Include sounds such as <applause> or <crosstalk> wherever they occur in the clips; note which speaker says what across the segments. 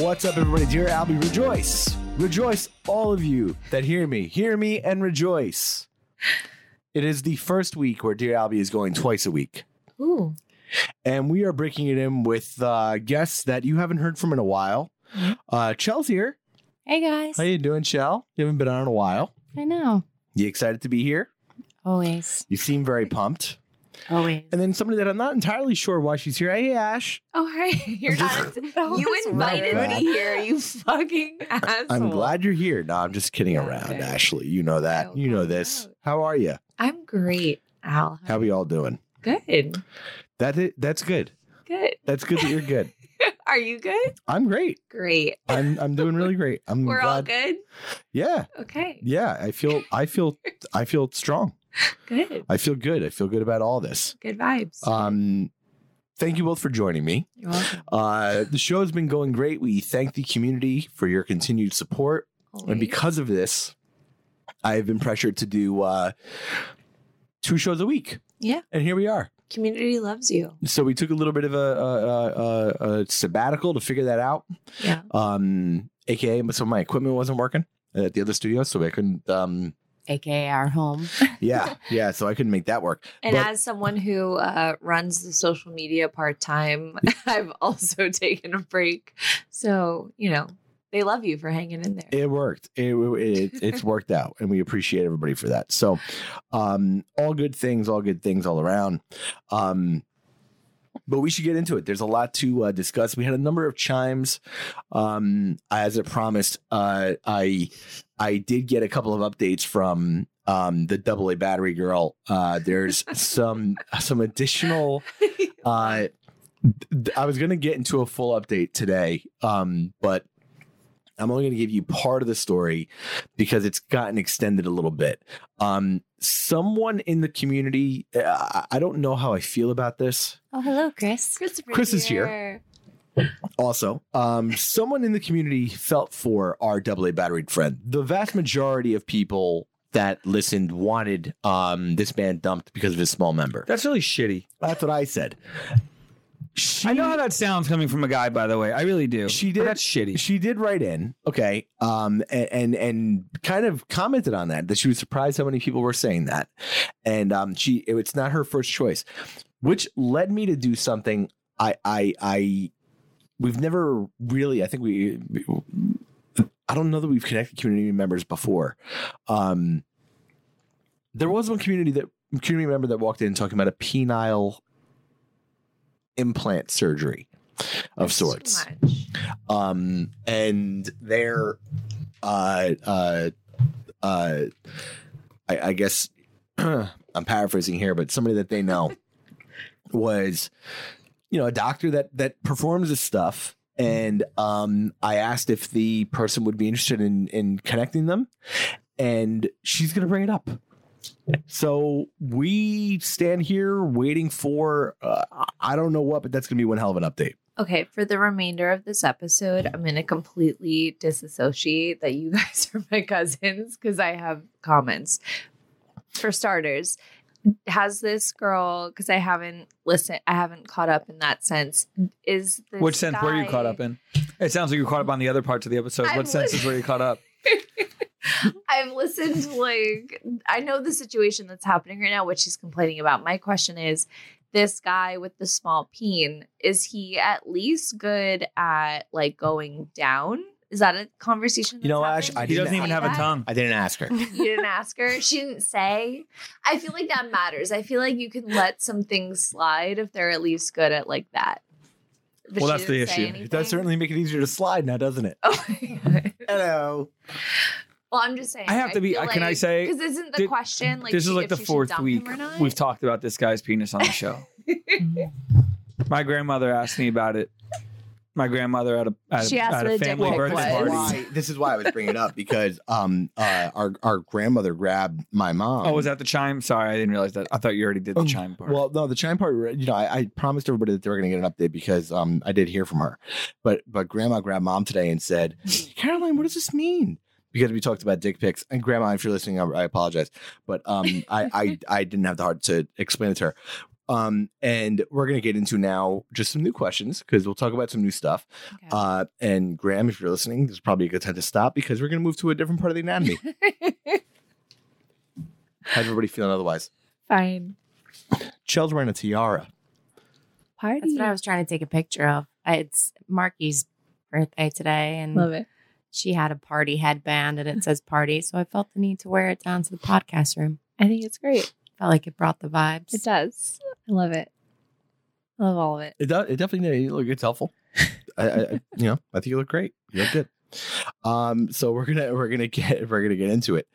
Speaker 1: What's up, everybody? Dear Albie, rejoice. Rejoice, all of you that hear me. Hear me and rejoice. It is the first week where Dear Albie is going twice a week.
Speaker 2: Ooh.
Speaker 1: And we are breaking it in with uh, guests that you haven't heard from in a while. Uh, Chell's here.
Speaker 2: Hey guys.
Speaker 1: How you doing, Chell? You haven't been on in a while.
Speaker 2: I know.
Speaker 1: You excited to be here?
Speaker 2: Always.
Speaker 1: You seem very pumped.
Speaker 2: Always.
Speaker 1: And then somebody that I'm not entirely sure why she's here. Hey, Ash.
Speaker 3: Oh, right. <laughs> You're
Speaker 1: <laughs>
Speaker 3: not, you invited
Speaker 1: right.
Speaker 3: me here, you fucking asshole.
Speaker 1: <laughs> I'm glad you're here. No, I'm just kidding around,
Speaker 3: Okay.
Speaker 1: Ashley. You know that.
Speaker 3: Oh,
Speaker 1: You know
Speaker 3: wow.
Speaker 1: this. How are you?
Speaker 3: I'm great, Al.
Speaker 1: How we all doing?
Speaker 3: Good.
Speaker 1: That i- that's good.
Speaker 3: Good. <laughs>
Speaker 1: That's good that you're good.
Speaker 3: Are you good?
Speaker 1: I'm great.
Speaker 3: Great.
Speaker 1: I'm I'm doing really great. I'm
Speaker 3: We're
Speaker 1: glad.
Speaker 3: all good.
Speaker 1: Yeah.
Speaker 3: Okay.
Speaker 1: Yeah. I feel I feel I feel strong.
Speaker 3: Good.
Speaker 1: I feel good. I feel good about all this.
Speaker 3: Good vibes.
Speaker 1: Um thank you both for joining me.
Speaker 3: You're welcome.
Speaker 1: Uh the show has been going great. We thank the community for your continued support. And
Speaker 3: Always.
Speaker 1: because of this, I've been pressured to do uh two shows a week.
Speaker 3: Yeah.
Speaker 1: And here we are.
Speaker 3: community loves you.
Speaker 1: So we took a little bit of a, a, a, a, a sabbatical to figure that out.
Speaker 3: Yeah.
Speaker 1: um aka some of my equipment wasn't working at the other studio so i couldn't um
Speaker 2: AKA our home.
Speaker 1: yeah yeah so i couldn't make that work
Speaker 3: And
Speaker 1: But-
Speaker 3: as someone who uh, runs the social media part time, <laughs> I've also <laughs> taken a break. So, you know, they love you for hanging in there.
Speaker 1: it worked it, it it's worked out and we appreciate everybody for that so um all good things all good things all around um but we should get into it. There's a lot to uh, discuss. We had a number of chimes. Um, as I promised, uh, I I did get a couple of updates from um, the AA battery girl. Uh, there's some some additional uh, th- I was going to get into a full update today, um, but I'm only going to give you part of the story because it's gotten extended a little bit. Um, someone in the community, uh, I- I don't know how I feel about this.
Speaker 2: Oh, hello, Chris.
Speaker 3: Christopher
Speaker 1: Chris is here. Also,
Speaker 4: <laughs>
Speaker 1: um, someone in the community felt for our AA batteried friend. The vast majority of people that listened wanted um, this man dumped because of his small member.
Speaker 4: That's really shitty.
Speaker 1: That's what I said. She,
Speaker 4: I know how that sounds coming from a guy, by the way. I really do.
Speaker 1: She
Speaker 4: But
Speaker 1: did-
Speaker 4: That's shitty.
Speaker 1: She did write in, okay, um, a- and, and kind of commented on that that she was surprised how many people were saying that, and um, she it- it's not her first choice, which led me to do something I I I we've never really I think we I don't know that we've connected community members before, um, there was one community that community member that walked in talking about a penile implant surgery of sorts
Speaker 3: Too much.
Speaker 1: um, and their uh, uh, uh, I, I guess <clears throat> I'm paraphrasing here, but somebody that they know <laughs> was, you know, a doctor that that performs this stuff. And um, I asked if the person would be interested in in connecting them, and she's gonna bring it up. So we stand here waiting for uh, I don't know what, but that's gonna be one hell of an update.
Speaker 3: Okay, for the remainder of this episode, I'm going to completely disassociate that you <laughs> guys are my cousins because I have comments. For starters, has this girl because I haven't listened, I haven't caught up in that sense. Is this
Speaker 4: Which sense were you
Speaker 3: guy-
Speaker 4: caught up in? It sounds like you were caught up on the other parts of the episode.
Speaker 3: I'm
Speaker 4: what senses were you caught up?
Speaker 3: <laughs> I've listened to like I know the situation that's happening right now, what she's complaining about. My question is this guy with the small peen, is he at least good at like going down? Is that a conversation?
Speaker 1: You know,
Speaker 3: that's
Speaker 1: Ash,
Speaker 3: happening?
Speaker 1: I
Speaker 4: He
Speaker 3: Did
Speaker 1: didn't
Speaker 4: doesn't
Speaker 3: you
Speaker 4: even
Speaker 3: see
Speaker 4: have a
Speaker 3: that?
Speaker 4: tongue.
Speaker 1: I didn't ask her.
Speaker 3: You didn't ask her. She didn't say. I feel like that matters. I feel like you can let some things slide if they're at least good at like that. But
Speaker 4: Well,
Speaker 3: she
Speaker 4: that's the
Speaker 3: didn't say
Speaker 4: issue.
Speaker 3: anything.
Speaker 1: It does certainly make it easier to slide now, doesn't it?
Speaker 3: Oh, my <laughs> God.
Speaker 1: Hello.
Speaker 3: well, I'm just saying.
Speaker 4: I have to be- can I say-
Speaker 3: Because isn't the
Speaker 4: Did-
Speaker 3: question <laughs> like
Speaker 4: this is
Speaker 3: she-
Speaker 4: like
Speaker 3: if
Speaker 4: the
Speaker 3: she should
Speaker 4: fourth
Speaker 3: dump him
Speaker 4: week
Speaker 3: or not?
Speaker 4: we've talked about this guy's penis on
Speaker 3: <laughs>
Speaker 4: the show. My grandmother asked me about it. My grandmother at a at,
Speaker 3: She
Speaker 4: a-
Speaker 3: asked
Speaker 4: at
Speaker 3: what
Speaker 4: a
Speaker 3: a dick
Speaker 4: family
Speaker 3: pic
Speaker 4: birthday
Speaker 3: was.
Speaker 4: party.
Speaker 1: Why, this is why I was bringing it up because um uh, our our grandmother grabbed my mom.
Speaker 4: Oh, was that the chime? Sorry, I didn't realize that. I thought you already did the
Speaker 1: Um,
Speaker 4: chime part.
Speaker 1: Well, no, the chime part. You know, I, I promised everybody that they were going to get an update because um, I did hear from her, but but Grandma grabbed Mom today and said, "Caroline, what does this mean?" Because we talked about dick pics, and Grandma, if you're listening, I, I apologize, but um, I, I I didn't have the heart to explain it to her. Um, and we're going to get into now just some new questions because we'll talk about some new stuff.
Speaker 3: Okay.
Speaker 1: Uh, and Graham, if you're listening, this is probably a good time to stop because we're going to move to a different part of the anatomy. How's everybody feeling otherwise?
Speaker 3: Fine.
Speaker 1: Chell's wearing a tiara.
Speaker 3: Party.
Speaker 2: That's what I was trying to take a picture of. I- It's Marky's birthday today, and
Speaker 3: Love it.
Speaker 2: she had a party headband, and it says party. So I felt the need to wear it down to the podcast room.
Speaker 3: I think it's great.
Speaker 2: Felt like it brought the vibes.
Speaker 3: It does. I love it. I love all of it.
Speaker 1: It does. It definitely look. It's helpful. I, I, <laughs> I- you know, I think you look great. You look good. Um, so we're gonna we're gonna get we're gonna get into it.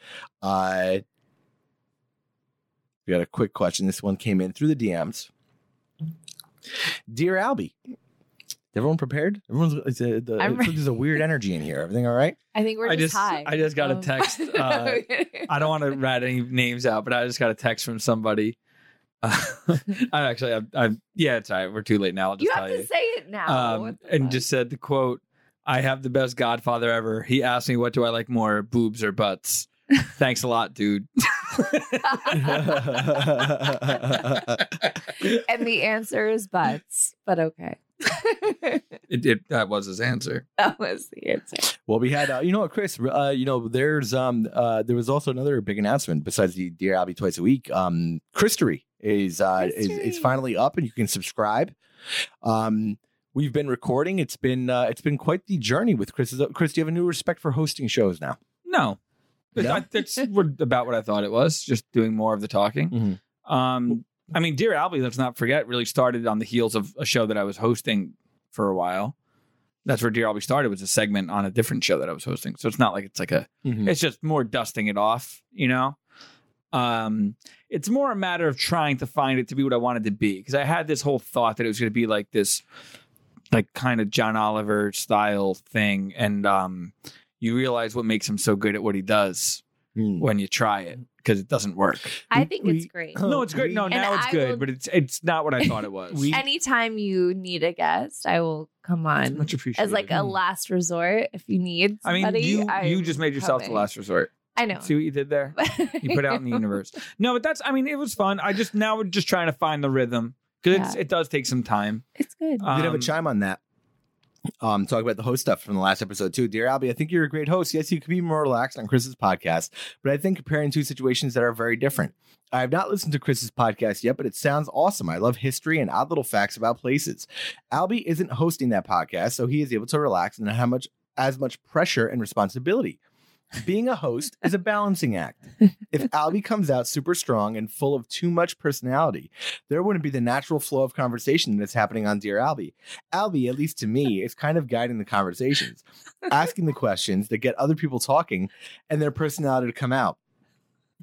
Speaker 1: Uh, we got a quick question. This one came in through the DMs. Dear Albie, everyone prepared? Everyone's it's a, the,
Speaker 3: I'm
Speaker 1: it's like there's a weird energy in here. Everything all right?
Speaker 3: I think we're
Speaker 4: I
Speaker 3: just,
Speaker 4: just-
Speaker 3: high. Oh.
Speaker 4: I just got
Speaker 3: <laughs>
Speaker 4: a text, uh, I don't want to rat any names out, but I just got a text from somebody. <laughs> Uh, I'm actually, I'm, I'm, yeah, it's all right. We're too late now. I'll just
Speaker 3: you
Speaker 4: tell
Speaker 3: have
Speaker 4: you.
Speaker 3: to say it now.
Speaker 4: um,
Speaker 3: What the
Speaker 4: and
Speaker 3: fuck?
Speaker 4: just said the quote i have the best godfather ever he asked me what do i like more boobs
Speaker 3: <laughs>
Speaker 4: or butts thanks a lot dude
Speaker 3: <laughs>
Speaker 1: <laughs>
Speaker 3: and the answer is butts, but okay. <laughs>
Speaker 4: it, it, that was his answer
Speaker 3: that was the answer.
Speaker 1: Well, we had, uh, you know what, Chris, uh, you know, there's, um, uh, there was also another big announcement besides the Dear Albie twice a week. Um, Christery is, uh, is, is
Speaker 3: Christery.
Speaker 1: finally up and you can subscribe. Um, we've been recording. It's been, uh, it's been quite the journey with Chris. Chris, do you have a new respect for hosting shows now?
Speaker 4: no It-
Speaker 1: No?
Speaker 4: I- that's what- about what i thought it was just doing more of the talking
Speaker 1: Mhm.
Speaker 4: um, i mean dear albie let's not forget really started on the heels of a show that i was hosting for a while that's where dear albie started was a segment on a different show that i was hosting so it's not like it's like a
Speaker 1: Mm.
Speaker 4: It's just more dusting it off, you know? Um, it's more a matter of trying to find it to be what I wanted to be. Cause I had this whole thought that it was gonna be like this like kind of John Oliver style thing. And um you realize what makes him so good at what he does
Speaker 1: Mm.
Speaker 4: when you try it, because it doesn't work.
Speaker 3: I think it's
Speaker 1: We-
Speaker 3: great.
Speaker 4: No, it's great. No,
Speaker 3: And
Speaker 4: now it's
Speaker 3: I
Speaker 4: good,
Speaker 3: will-
Speaker 4: but it's it's not what I thought it
Speaker 3: <laughs>
Speaker 4: was.
Speaker 1: We-
Speaker 3: Anytime you need a guest, I will come on
Speaker 4: much appreciated.
Speaker 3: as like a last resort if
Speaker 2: <laughs>
Speaker 3: you need
Speaker 4: I mean,
Speaker 3: somebody.
Speaker 4: you you
Speaker 3: I'm
Speaker 4: just made yourself
Speaker 3: coming.
Speaker 4: the last resort.
Speaker 3: I know.
Speaker 4: See what you did there?
Speaker 3: <laughs>
Speaker 4: you put out in the universe. No, but that's I mean it was fun. I just now we're just trying to find the rhythm because it's it does take some time.
Speaker 3: It's good.
Speaker 1: We did have a
Speaker 4: Um,
Speaker 1: chime on that. Um, talk about the host stuff from the last episode too. Dear Albie, I think you're a great host. Yes, you could be more relaxed on Chris's podcast, but I think comparing two situations that are very different. I have not listened to Chris's podcast yet, but it sounds awesome. I love history and odd little facts about places. Albie isn't hosting that podcast, so he is able to relax and not have much as much pressure and responsibility. Being a host is a balancing act. If
Speaker 3: <laughs>
Speaker 1: Albie comes out super strong and full of too much personality, there wouldn't be the natural flow of conversation that's happening on Dear Albie. Albie, at least to me, is kind of guiding the conversations,
Speaker 3: <laughs>
Speaker 1: asking the questions that get other people talking and their personality to come out.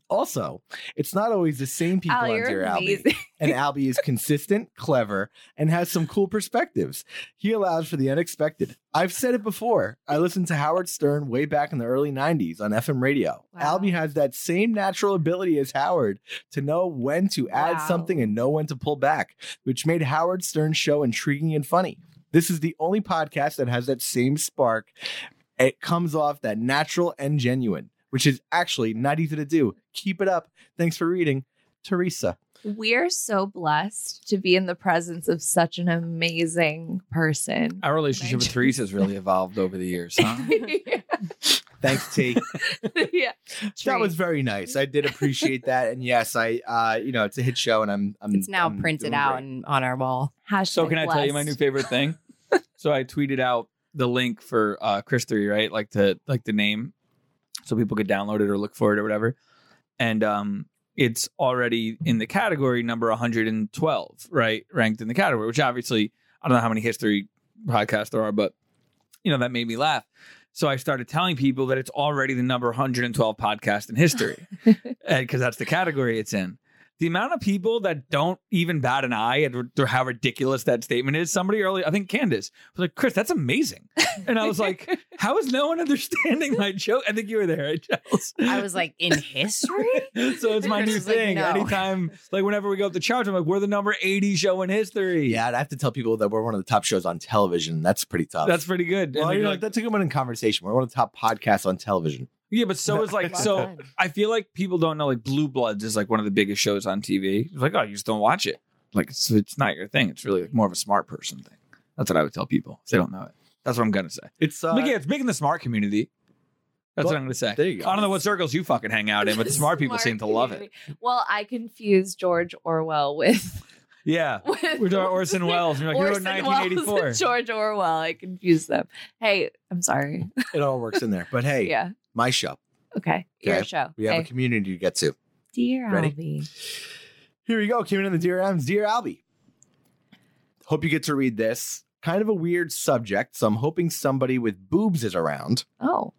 Speaker 1: Also, it's not always the same people
Speaker 3: Al,
Speaker 1: on Dear
Speaker 3: you're
Speaker 1: Albie.
Speaker 3: amazing.
Speaker 1: And Albie is consistent, clever, and has some cool perspectives. He allows for the unexpected. I've said it before. I listened to Howard Stern way back in the early 90s on FM radio.
Speaker 3: Wow.
Speaker 1: Albie has that same natural ability as Howard to know when to add
Speaker 3: Wow.
Speaker 1: something and know when to pull back, which made Howard Stern's show intriguing and funny. This is the only podcast that has that same spark. It comes off that natural and genuine, which is actually not easy to do. Keep it up. Thanks for reading, Teresa.
Speaker 3: We're so blessed to be in the presence of such an amazing person.
Speaker 4: Our relationship with
Speaker 3: Right.
Speaker 4: Teresa's really evolved over the years,
Speaker 3: <laughs>
Speaker 4: huh?
Speaker 1: Thanks, <laughs> T.
Speaker 3: yeah.
Speaker 1: that was
Speaker 3: Tree.
Speaker 1: very nice. I did appreciate that. And yes, I, uh, you know, it's a hit show, and I'm, I'm
Speaker 2: It's now
Speaker 1: I'm
Speaker 2: printed
Speaker 1: doing
Speaker 2: out
Speaker 1: great.
Speaker 2: and on our wall.
Speaker 3: Hashtag
Speaker 4: <laughs> so can I tell you my new
Speaker 3: blessed.
Speaker 4: favorite thing? so I tweeted out the link for uh Chris Three, right? Like the like the name, so people could download it or look for it or whatever. And um it's already in the category number 112, right? Ranked in the category, which obviously I don't know how many history podcasts there are, but you know, that made me laugh. So I started telling people that it's already the number 112 podcast in history. because uh, that's the category it's in. The amount of people that don't even bat an eye at r- how ridiculous that statement is. Somebody earlier, I think Candace was like, "Chris, that's amazing," and I
Speaker 2: <laughs>
Speaker 4: was like, "How is no one understanding my joke?" I think you were there, right, Charles?
Speaker 2: I was like, <laughs> in history?
Speaker 4: <laughs> so it's my
Speaker 2: Chris
Speaker 4: new
Speaker 2: was like,
Speaker 4: thing.
Speaker 2: "No."
Speaker 4: Anytime, like whenever we go up the charts, I'm like, "We're the number 80 show in history."
Speaker 1: Yeah, I'd have to tell people that we're one of the top shows on television. That's pretty tough.
Speaker 4: that's pretty good.
Speaker 1: well,
Speaker 4: And
Speaker 1: you
Speaker 4: they're
Speaker 1: know,
Speaker 4: like,
Speaker 1: that's a good one in conversation. We're one of the top podcasts on television.
Speaker 4: yeah, but so
Speaker 1: <laughs>
Speaker 4: is like so. I feel like people don't know like Blue Bloods is like one of the biggest shows on TV. It's like, oh, you just don't watch it. Like it's, it's not your thing. It's really like more of a smart person thing. That's what I would tell people. If they don't know it. That's what I'm gonna say.
Speaker 1: It's uh,
Speaker 4: but yeah, it's big in the smart community. That's
Speaker 1: Well,
Speaker 4: what I'm gonna say.
Speaker 1: there you go.
Speaker 4: I don't know what circles you fucking hang out
Speaker 3: <laughs>
Speaker 4: in, but the smart people seem to love it.
Speaker 3: community. Well, I confuse George Orwell with, <laughs>
Speaker 4: Yeah.
Speaker 3: with
Speaker 4: We're doing
Speaker 3: <laughs>
Speaker 4: Orson Welles. You're like, you wrote
Speaker 3: Orson Welles and
Speaker 4: 1984.
Speaker 3: George Orwell. I confuse them. Hey, I'm sorry.
Speaker 1: it all works in there. But hey,
Speaker 3: Yeah.
Speaker 1: my show.
Speaker 3: Okay. Your
Speaker 1: Okay.
Speaker 3: show.
Speaker 1: We have a
Speaker 3: Okay.
Speaker 1: community to get to.
Speaker 3: Dear
Speaker 1: Ready?
Speaker 3: Albie.
Speaker 1: Here we go. Came in on the Dear Adams, Dear Albie. Hope you get to read this. Kind of a weird subject, so I'm hoping somebody with boobs is around.
Speaker 3: Oh.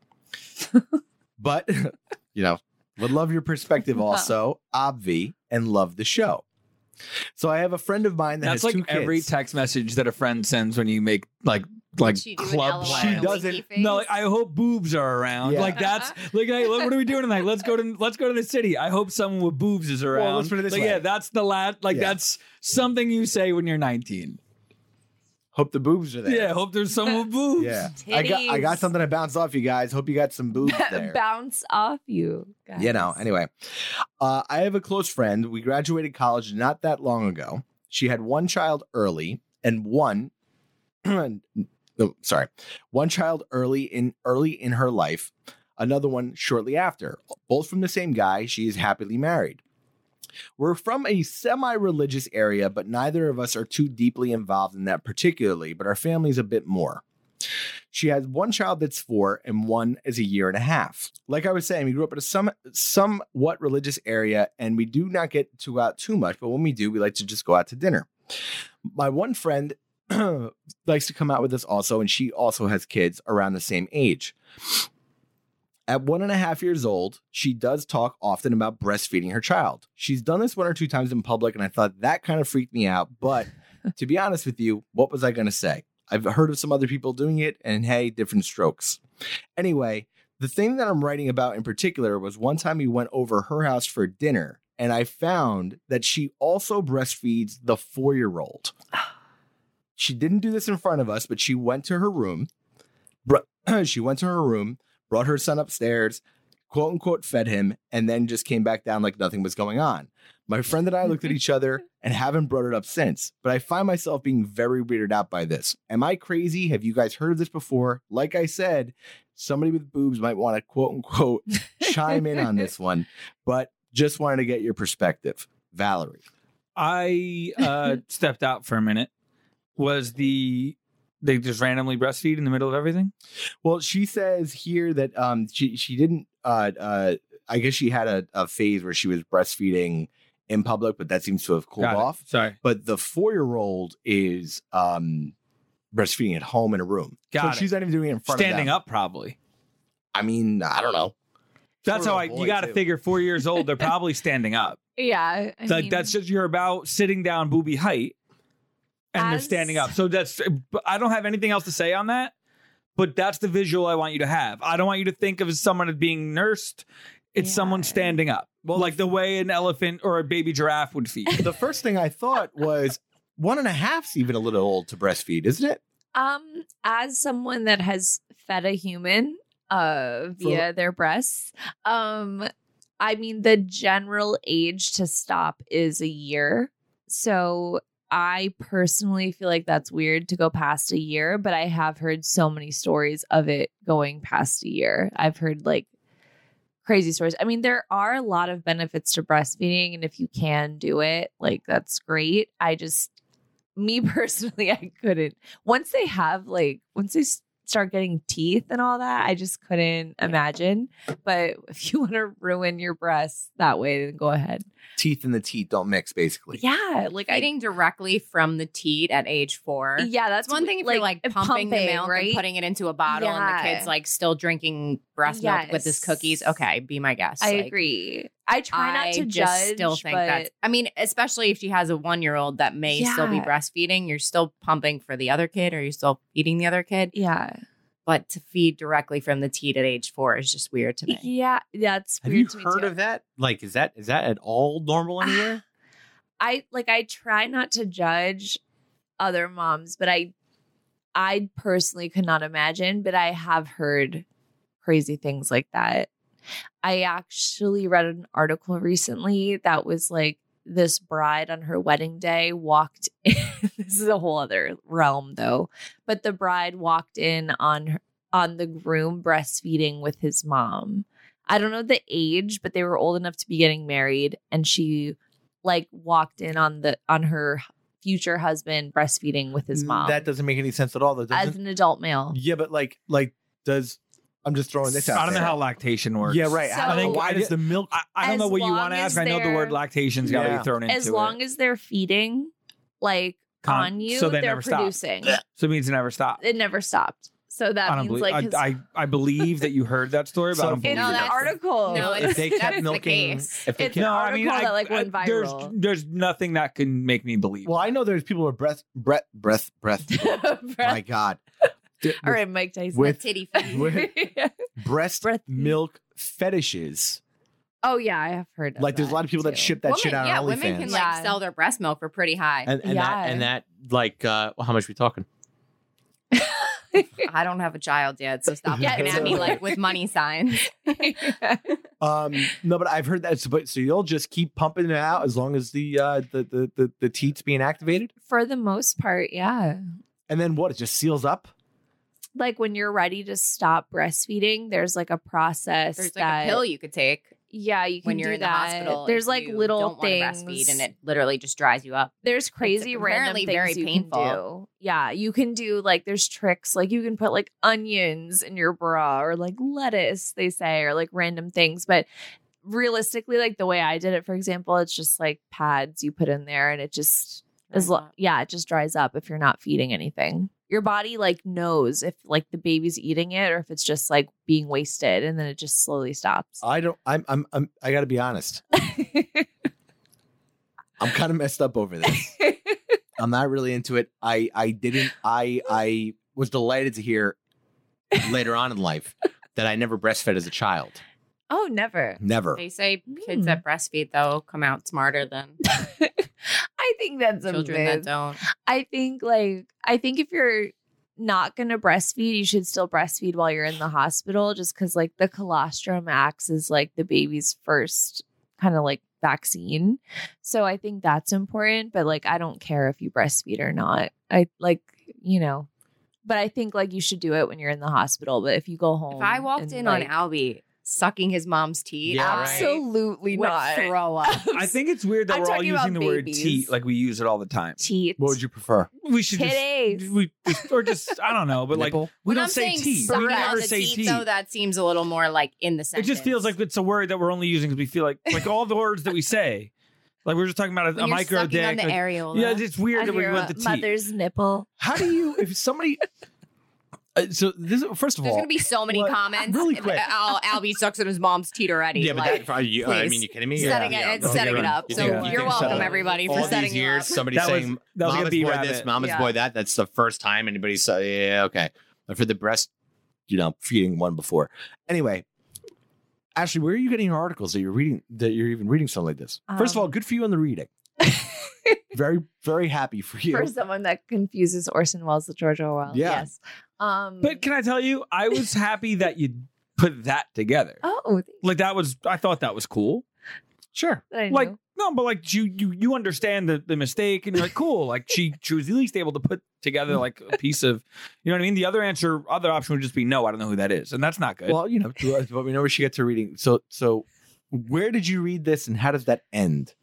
Speaker 1: But <laughs> you know, would love your perspective
Speaker 3: Wow.
Speaker 1: also. Obvi and love the show. So I have a friend of mine that
Speaker 4: That's
Speaker 1: has
Speaker 4: like
Speaker 1: two kids.
Speaker 4: every text message that a friend sends when you make like like
Speaker 5: She do an
Speaker 4: club
Speaker 5: LOL
Speaker 4: plans.
Speaker 1: She does-
Speaker 5: winky face?
Speaker 4: No, like, I hope boobs are around.
Speaker 1: Yeah.
Speaker 4: Like that's like, hey, look, what are we doing tonight? Let's go to let's go to the city. I hope someone with boobs is around.
Speaker 1: let's put it this
Speaker 4: like,
Speaker 1: way.
Speaker 4: Yeah, that's the last. Like
Speaker 1: Yeah.
Speaker 4: that's something you say when you're 19.
Speaker 1: Hope the boobs are there.
Speaker 4: Yeah, hope there's someone with boobs.
Speaker 1: Yeah. I got I got
Speaker 3: Titties.
Speaker 1: something to bounce off you guys. Hope you got some boobs there.
Speaker 3: Bounce off you. Guys.
Speaker 1: you know anyway uh, i have a close friend we graduated college not that long ago she had one child early and one <clears throat> no, sorry one child early in early in her life another one shortly after both from the same guy she is happily married we're from a semi-religious area but neither of us are too deeply involved in that particularly but our family's a bit more she has one child that's four and one is a year and a half. Like I was saying, we grew up in a some somewhat religious area and we do not get to go out too much, but when we do, we like to just go out to dinner. My one friend <clears throat> likes to come out with us also, and she also has kids around the same age. At one and a half years old, she does talk often about breastfeeding her child. She's done this one or two times in public, and I thought that kind of freaked me out. But to be honest with you, what was I going to say? I've heard of some other people doing it, and hey, different strokes. Anyway, the thing that I'm writing about in particular was one time we went over her house for dinner, and I found that she also breastfeeds the four year old. She didn't do this in front of us, but she went to her room. br- <clears throat> she went to her room, brought her son upstairs, quote unquote, fed him, and then just came back down like nothing was going on. My friend and I looked at each other and haven't brought it up since, but I find myself being very weirded out by this. Am I crazy? Have you guys heard of this before? Like I said, somebody with boobs might want to quote unquote chime in on this one, but just wanted to get your perspective. Valerie.
Speaker 4: I uh, stepped out for a minute. Was the they just randomly breastfeed in the middle of everything?
Speaker 1: Well, she says here that um she she didn't uh uh I guess she had a, a phase where she was breastfeeding in public, but that seems to have cooled
Speaker 4: Got it.
Speaker 1: off.
Speaker 4: Sorry.
Speaker 1: But the four year old is um breastfeeding at home in a room.
Speaker 4: Got
Speaker 1: so
Speaker 4: it.
Speaker 1: she's not even doing it in front of
Speaker 4: Standing
Speaker 1: them.
Speaker 4: up, probably.
Speaker 1: I mean, I don't know.
Speaker 4: That's
Speaker 3: Sort of
Speaker 4: how I.
Speaker 3: a boy,
Speaker 4: You got
Speaker 1: <laughs>
Speaker 4: to
Speaker 3: too.
Speaker 4: figure. Four years old, they're probably standing up.
Speaker 6: Yeah. I
Speaker 4: It's like
Speaker 6: mean,
Speaker 4: that's just you're about sitting down booby height, and they're
Speaker 6: As-
Speaker 4: standing up. So that's. but I don't have anything else to say on that. But that's the visual I want you to have. I don't want you to think of someone as being nursed. It's
Speaker 6: Yeah.
Speaker 4: someone standing up. Well, like the way an elephant or a baby giraffe would
Speaker 6: <laughs>
Speaker 4: feed.
Speaker 3: The first thing I thought was one and a half's even a little old to breastfeed, isn't it?
Speaker 6: um as someone that has fed a human uh via their breasts, um I mean the general age to stop is a year. So I personally feel like that's weird to go past a year, but I have heard so many stories of it going past a year. I've heard like crazy stories. I mean, there are a lot of benefits to breastfeeding, and if you can do it, like that's great. I just, me <laughs> personally, I couldn't. Once they have like, once they s- start getting teeth and all that, I just couldn't imagine. But if you want to ruin your breasts that way, then go ahead.
Speaker 3: Teeth and the teeth don't mix, basically.
Speaker 6: Yeah, like I.
Speaker 7: Eating directly from the teat at age four.
Speaker 6: Yeah, that's
Speaker 7: That's one thing if you're like pumping, the milk and putting it into a bottle and the
Speaker 6: Yeah.
Speaker 7: kid's like still drinking breast milk with his
Speaker 6: Yes.
Speaker 7: cookies. Okay, be my guest.
Speaker 6: I
Speaker 7: Like,
Speaker 6: agree. I try
Speaker 7: I
Speaker 6: not to
Speaker 7: just
Speaker 6: judge,
Speaker 7: still think
Speaker 6: but
Speaker 7: that's I mean, especially if she has a one year old that may still be
Speaker 6: Yeah.
Speaker 7: breastfeeding, you're still pumping for the other kid or you're still feeding the other kid.
Speaker 6: yeah,
Speaker 7: But to feed directly from the teat at age four is just weird to
Speaker 6: <laughs>
Speaker 7: me.
Speaker 6: yeah, that's
Speaker 1: Have
Speaker 6: weird
Speaker 1: you
Speaker 6: to me
Speaker 1: heard
Speaker 6: too.
Speaker 1: of that? Like, is that is that at all normal anywhere?
Speaker 6: I like I try not to judge other moms, but I I personally could not imagine, but I have heard crazy things like that. I actually read an article recently that was like this bride on her wedding day walked <laughs> in. this is a whole other realm though, but the bride walked in on her, on the groom breastfeeding with his mom. I don't know the age, but they were old enough to be getting married and she like walked in on the on her future husband breastfeeding with his mom
Speaker 1: Mm, That doesn't make any sense at all. That
Speaker 6: as
Speaker 1: doesn't.
Speaker 6: an adult male.
Speaker 1: Yeah, but like, like, does I'm just throwing this out.
Speaker 4: I don't know
Speaker 1: there.
Speaker 4: how lactation works.
Speaker 1: Yeah, right. I
Speaker 6: So-
Speaker 1: think why
Speaker 4: I
Speaker 1: does
Speaker 4: just-
Speaker 1: the milk?
Speaker 4: I, I don't
Speaker 6: As
Speaker 4: know what you
Speaker 6: long
Speaker 4: want to
Speaker 6: as
Speaker 4: ask. I know the
Speaker 6: they're-
Speaker 4: word lactation's got to
Speaker 1: Yeah.
Speaker 4: be thrown into
Speaker 6: As
Speaker 4: it.
Speaker 6: long as they're feeding, like
Speaker 4: Con-
Speaker 6: on you,
Speaker 4: so they
Speaker 6: they are
Speaker 4: never stop.
Speaker 6: producing.
Speaker 4: so it means it never stops.
Speaker 6: It never stopped. So
Speaker 4: I
Speaker 6: that
Speaker 4: don't
Speaker 6: means
Speaker 4: believe.
Speaker 6: like his,
Speaker 4: I, I I believe that you heard that story,
Speaker 1: <laughs>
Speaker 4: but I
Speaker 1: So-
Speaker 4: don't
Speaker 6: in
Speaker 4: believe
Speaker 7: No,
Speaker 6: the
Speaker 4: that.
Speaker 7: that's-
Speaker 6: article.
Speaker 7: no,
Speaker 1: if they
Speaker 7: that's
Speaker 1: kept
Speaker 7: the
Speaker 1: milking,
Speaker 7: case.
Speaker 1: if they
Speaker 6: It's
Speaker 1: kept,
Speaker 6: an article that like went
Speaker 4: there's
Speaker 6: viral.
Speaker 4: there's nothing that can make me believe.
Speaker 1: well, I know there's people with breath, breath, breath, breath.
Speaker 7: <laughs>
Speaker 1: my God, Th-
Speaker 6: All right, Mike Tyson.
Speaker 1: With-
Speaker 7: Titty
Speaker 6: <laughs>
Speaker 7: feed.
Speaker 1: with breast,
Speaker 6: Breath.
Speaker 1: milk fetishes.
Speaker 6: oh yeah, I have heard. Of
Speaker 1: Like, there's a lot of people that
Speaker 6: too.
Speaker 1: ship that shit out
Speaker 7: yeah,
Speaker 1: on
Speaker 7: women can
Speaker 1: OnlyFans.
Speaker 7: like
Speaker 6: Yeah.
Speaker 7: sell their breast milk for pretty high.
Speaker 1: And, and that
Speaker 6: Yeah.
Speaker 1: and that like, uh, well, how much we talking?
Speaker 7: I don't have a child
Speaker 1: <laughs>
Speaker 7: yet, so stop
Speaker 1: Yeah,
Speaker 7: looking at me
Speaker 1: exactly.
Speaker 7: like with money signs.
Speaker 1: Um, no, but I've heard that. So, but so you'll just keep pumping it out as long as the uh, the, the the the teats being activated,
Speaker 6: For the most part, yeah.
Speaker 1: and then what? It just seals up.
Speaker 6: Like when you're ready to stop breastfeeding, there's like a process
Speaker 7: There's like
Speaker 6: that
Speaker 7: a pill you could take
Speaker 6: Yeah, you can
Speaker 7: when you're
Speaker 6: do
Speaker 7: in
Speaker 6: that.
Speaker 7: the hospital.
Speaker 6: There's
Speaker 7: if
Speaker 6: like
Speaker 7: you
Speaker 6: little
Speaker 7: don't
Speaker 6: things.
Speaker 7: want to breastfeed, and it literally just dries you up.
Speaker 6: there's crazy random
Speaker 7: apparently
Speaker 6: things
Speaker 7: very
Speaker 6: you can do.
Speaker 7: painful.
Speaker 6: Yeah, you can do like there's tricks like you can put like onions in your bra or like lettuce they say or like random things, but realistically like the way I did it for example, it's just like pads you put in there and it just as lo- yeah, it just dries up if you're not feeding anything. Your body like knows if like the baby's eating it or if it's just like being wasted and then it just slowly stops.
Speaker 1: I don't. I'm. I'm. I'm I got to be honest. <laughs> I'm kind of messed up over this. I'm not really into it. I. I didn't. I. I was delighted to hear later on in life that I never breastfed as a child.
Speaker 6: oh, never.
Speaker 1: Never.
Speaker 7: They say kids
Speaker 6: Mm.
Speaker 7: that breastfeed though come out smarter than
Speaker 6: I think that's a
Speaker 7: children
Speaker 6: myth.
Speaker 7: that don't.
Speaker 6: I think like I think if you're not going to breastfeed, you should still breastfeed while you're in the hospital just cuz like the colostrum acts as like the baby's first kind of like vaccine. So I think that's important, but like I don't care if you breastfeed or not. I like, you know, but I think like you should do it when you're in the hospital, but if you go home
Speaker 7: If I walked
Speaker 6: and,
Speaker 7: in
Speaker 6: like,
Speaker 7: on Albie sucking his mom's teat,
Speaker 1: Yeah,
Speaker 7: I
Speaker 1: right.
Speaker 6: absolutely
Speaker 7: would
Speaker 6: not.
Speaker 7: <laughs> throw up.
Speaker 4: I think it's weird that
Speaker 6: I'm
Speaker 4: we're all
Speaker 6: talking about
Speaker 4: using the word
Speaker 6: babies.
Speaker 4: teat like we use it all the time.
Speaker 6: Teats.
Speaker 1: What would you prefer?
Speaker 4: We should
Speaker 6: Titties.
Speaker 4: just we just- or just I don't know, but like
Speaker 1: Nipple?
Speaker 4: we
Speaker 7: When
Speaker 4: don't
Speaker 7: I'm
Speaker 4: say
Speaker 7: saying
Speaker 4: teat.
Speaker 7: sucking
Speaker 4: We
Speaker 7: on
Speaker 4: never
Speaker 7: the
Speaker 4: say
Speaker 7: teat,
Speaker 4: teat.
Speaker 7: Though that seems a little more like in the
Speaker 4: It
Speaker 7: sentence.
Speaker 4: just feels like it's a word that we're only using because we feel like like all the words that we say, like we're just talking about a,
Speaker 7: when
Speaker 4: a
Speaker 7: you're
Speaker 4: micro
Speaker 7: sucking
Speaker 4: dick.
Speaker 7: on
Speaker 4: <laughs>
Speaker 7: the
Speaker 4: like-
Speaker 7: areola.
Speaker 4: yeah, it's weird
Speaker 6: I
Speaker 4: that we
Speaker 6: hear
Speaker 4: want
Speaker 6: a
Speaker 4: the teat.
Speaker 6: mother's nipple.
Speaker 1: How do you? If somebody,
Speaker 4: uh, so this first of
Speaker 7: There's
Speaker 4: all,
Speaker 7: gonna be so many
Speaker 4: what-
Speaker 7: comments.
Speaker 4: really quick.
Speaker 7: <laughs> Al, Albie sucks at his mom's teat already.
Speaker 1: Yeah, but
Speaker 7: like,
Speaker 1: that, you, I
Speaker 7: please.
Speaker 1: mean, you kidding me?
Speaker 7: setting it, it's setting it up.
Speaker 1: You
Speaker 7: So
Speaker 4: think- you
Speaker 7: you're
Speaker 4: think
Speaker 7: welcome,
Speaker 4: so?
Speaker 7: everybody, for
Speaker 1: All
Speaker 7: setting
Speaker 1: these years,
Speaker 7: it up.
Speaker 1: somebody
Speaker 4: That was-
Speaker 1: saying
Speaker 4: that was gonna
Speaker 1: "Mama's
Speaker 4: be
Speaker 1: boy
Speaker 4: rabbit.
Speaker 1: this, Mama's
Speaker 7: Yeah.
Speaker 1: boy that." That's the first time anybody saw. Yeah, okay. But for the breast, you know, feeding one before. Anyway, Ashley, where are you getting your articles that you're reading? That you're even reading something like this? First of all,
Speaker 3: Um,
Speaker 1: good for you on the
Speaker 3: <laughs>
Speaker 1: reading. very, very happy for you.
Speaker 3: for someone that confuses Orson Welles with George Orwell.
Speaker 1: Yeah.
Speaker 3: Yes. Um,
Speaker 6: <clears throat>
Speaker 4: but can I tell you, I was happy that you put that together.
Speaker 3: oh,
Speaker 4: Like that was, I thought that was cool. Sure.
Speaker 3: that I
Speaker 4: Like
Speaker 3: knew.
Speaker 4: no, but like you, you, you understand the, the mistake, and you're like, cool. Like she, she was at least able to put
Speaker 7: Mm.
Speaker 4: together like a piece of, you know what I mean. The other answer, other option would just be no. I don't know who that is, and that's not good.
Speaker 1: well, you know, but we know where she gets her reading. So, so where did you read this, and how does that end?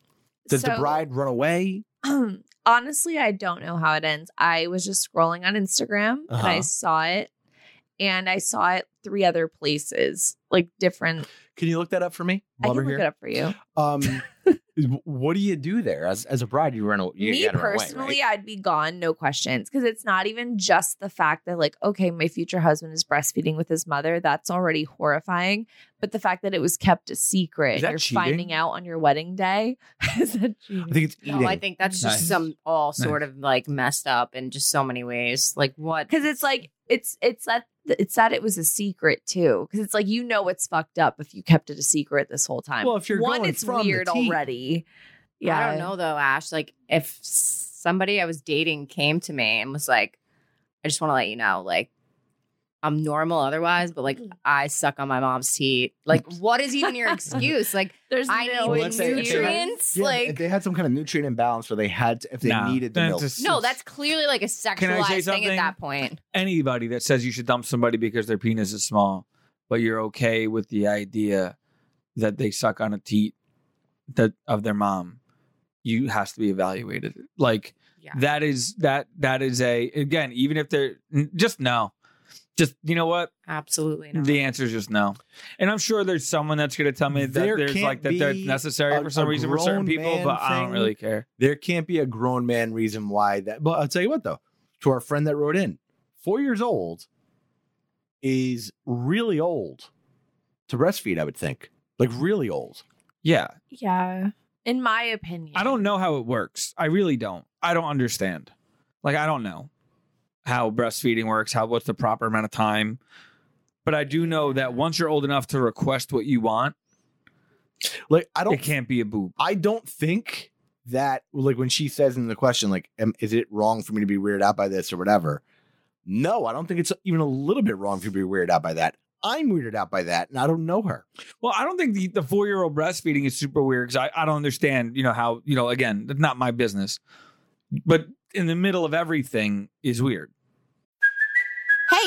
Speaker 1: Does the
Speaker 3: So-
Speaker 1: bride run away?
Speaker 3: honestly, I don't know how it ends. I was just scrolling on Instagram and I
Speaker 1: Uh-huh.
Speaker 3: saw it, and I saw it three other places, like different.
Speaker 1: Can you look that up for me?
Speaker 3: I
Speaker 1: while
Speaker 3: can
Speaker 1: we're
Speaker 3: look
Speaker 1: here?
Speaker 3: it up for you.
Speaker 1: Um,
Speaker 3: <laughs>
Speaker 1: w- what do you do there as as a bride? You run away. You
Speaker 3: Me
Speaker 1: gotta run away, right?
Speaker 3: personally, I'd be gone, no questions, because it's not even just the fact that, like, okay, my future husband is breastfeeding with his mother. That's already horrifying. But the fact that it was kept a secret,
Speaker 1: Is
Speaker 3: and
Speaker 1: that
Speaker 3: you're
Speaker 1: cheating?
Speaker 3: finding out on your wedding day, <laughs> is that
Speaker 1: I
Speaker 3: cheating?
Speaker 1: think it's eating.
Speaker 7: No, I think that's just
Speaker 4: Nice.
Speaker 7: some all
Speaker 4: Nice.
Speaker 7: sort of like messed up in just so many ways. Like what?
Speaker 3: Because it's like it's it's that it's that it was a secret too. Because it's like you know it's fucked up if you kept it a secret this whole time.
Speaker 1: Well, if you're
Speaker 3: one,
Speaker 1: going
Speaker 3: it's
Speaker 1: from the
Speaker 3: weird
Speaker 1: teat.
Speaker 3: already. Yeah,
Speaker 7: I don't know though, Ash. Like if somebody I was dating came to me and was like, I just want to let you know, like I'm normal otherwise, but like I suck on my mom's teat. Like, what is even <laughs> your excuse? Like,
Speaker 3: There's
Speaker 7: I
Speaker 3: no
Speaker 7: need
Speaker 1: Let's say-
Speaker 7: nutrients.
Speaker 1: Yeah, if
Speaker 7: like,
Speaker 1: they had some kind of nutrient imbalance where they had to, if they
Speaker 4: Nah.
Speaker 1: needed the
Speaker 4: That's
Speaker 1: milk.
Speaker 4: just-
Speaker 7: no, that's clearly like
Speaker 4: Can I
Speaker 7: a
Speaker 4: say
Speaker 7: sexualized thing
Speaker 4: something?
Speaker 7: at that point.
Speaker 4: anybody that says you should dump somebody because their penis is small, but you're okay with the idea that they suck on a teat that of their mom, you has to be evaluated. Like
Speaker 7: Yeah.
Speaker 4: that is that that is a again, even if they're n- just no. Just you know what?
Speaker 7: Absolutely not.
Speaker 4: The answer is just no. And I'm sure there's someone that's gonna tell me that
Speaker 1: There
Speaker 4: there's
Speaker 1: can't
Speaker 4: like that they're
Speaker 1: be
Speaker 4: necessary
Speaker 1: a-
Speaker 4: for some
Speaker 1: a
Speaker 4: reason for certain
Speaker 1: grown
Speaker 4: people,
Speaker 1: man
Speaker 4: but I don't
Speaker 1: thing.
Speaker 4: really care.
Speaker 1: There can't be a grown man reason why that. But I'll tell you what, though, to our friend that wrote in, four years old is really old to breastfeed. I would think, like really old.
Speaker 4: Yeah.
Speaker 3: Yeah, in my opinion,
Speaker 4: I don't know how it works. I really don't. I don't understand. Like I don't know how breastfeeding works, how what's the proper amount of time. But I do know that once you're old enough to request what you want,
Speaker 1: Like I
Speaker 4: it
Speaker 1: don't
Speaker 4: can't be a boob.
Speaker 1: I don't think that like when she says in the question like am, is it wrong for me to be weirded out by this or whatever no i don't think it's even a little bit wrong for you to be weirded out by that i'm weirded out by that and i don't know her
Speaker 4: Well, I don't think the, the four year old breastfeeding is super weird because I, I don't understand, you know, how, you know, again, that's not my business. But in the middle of everything is weird.
Speaker 6: Hey,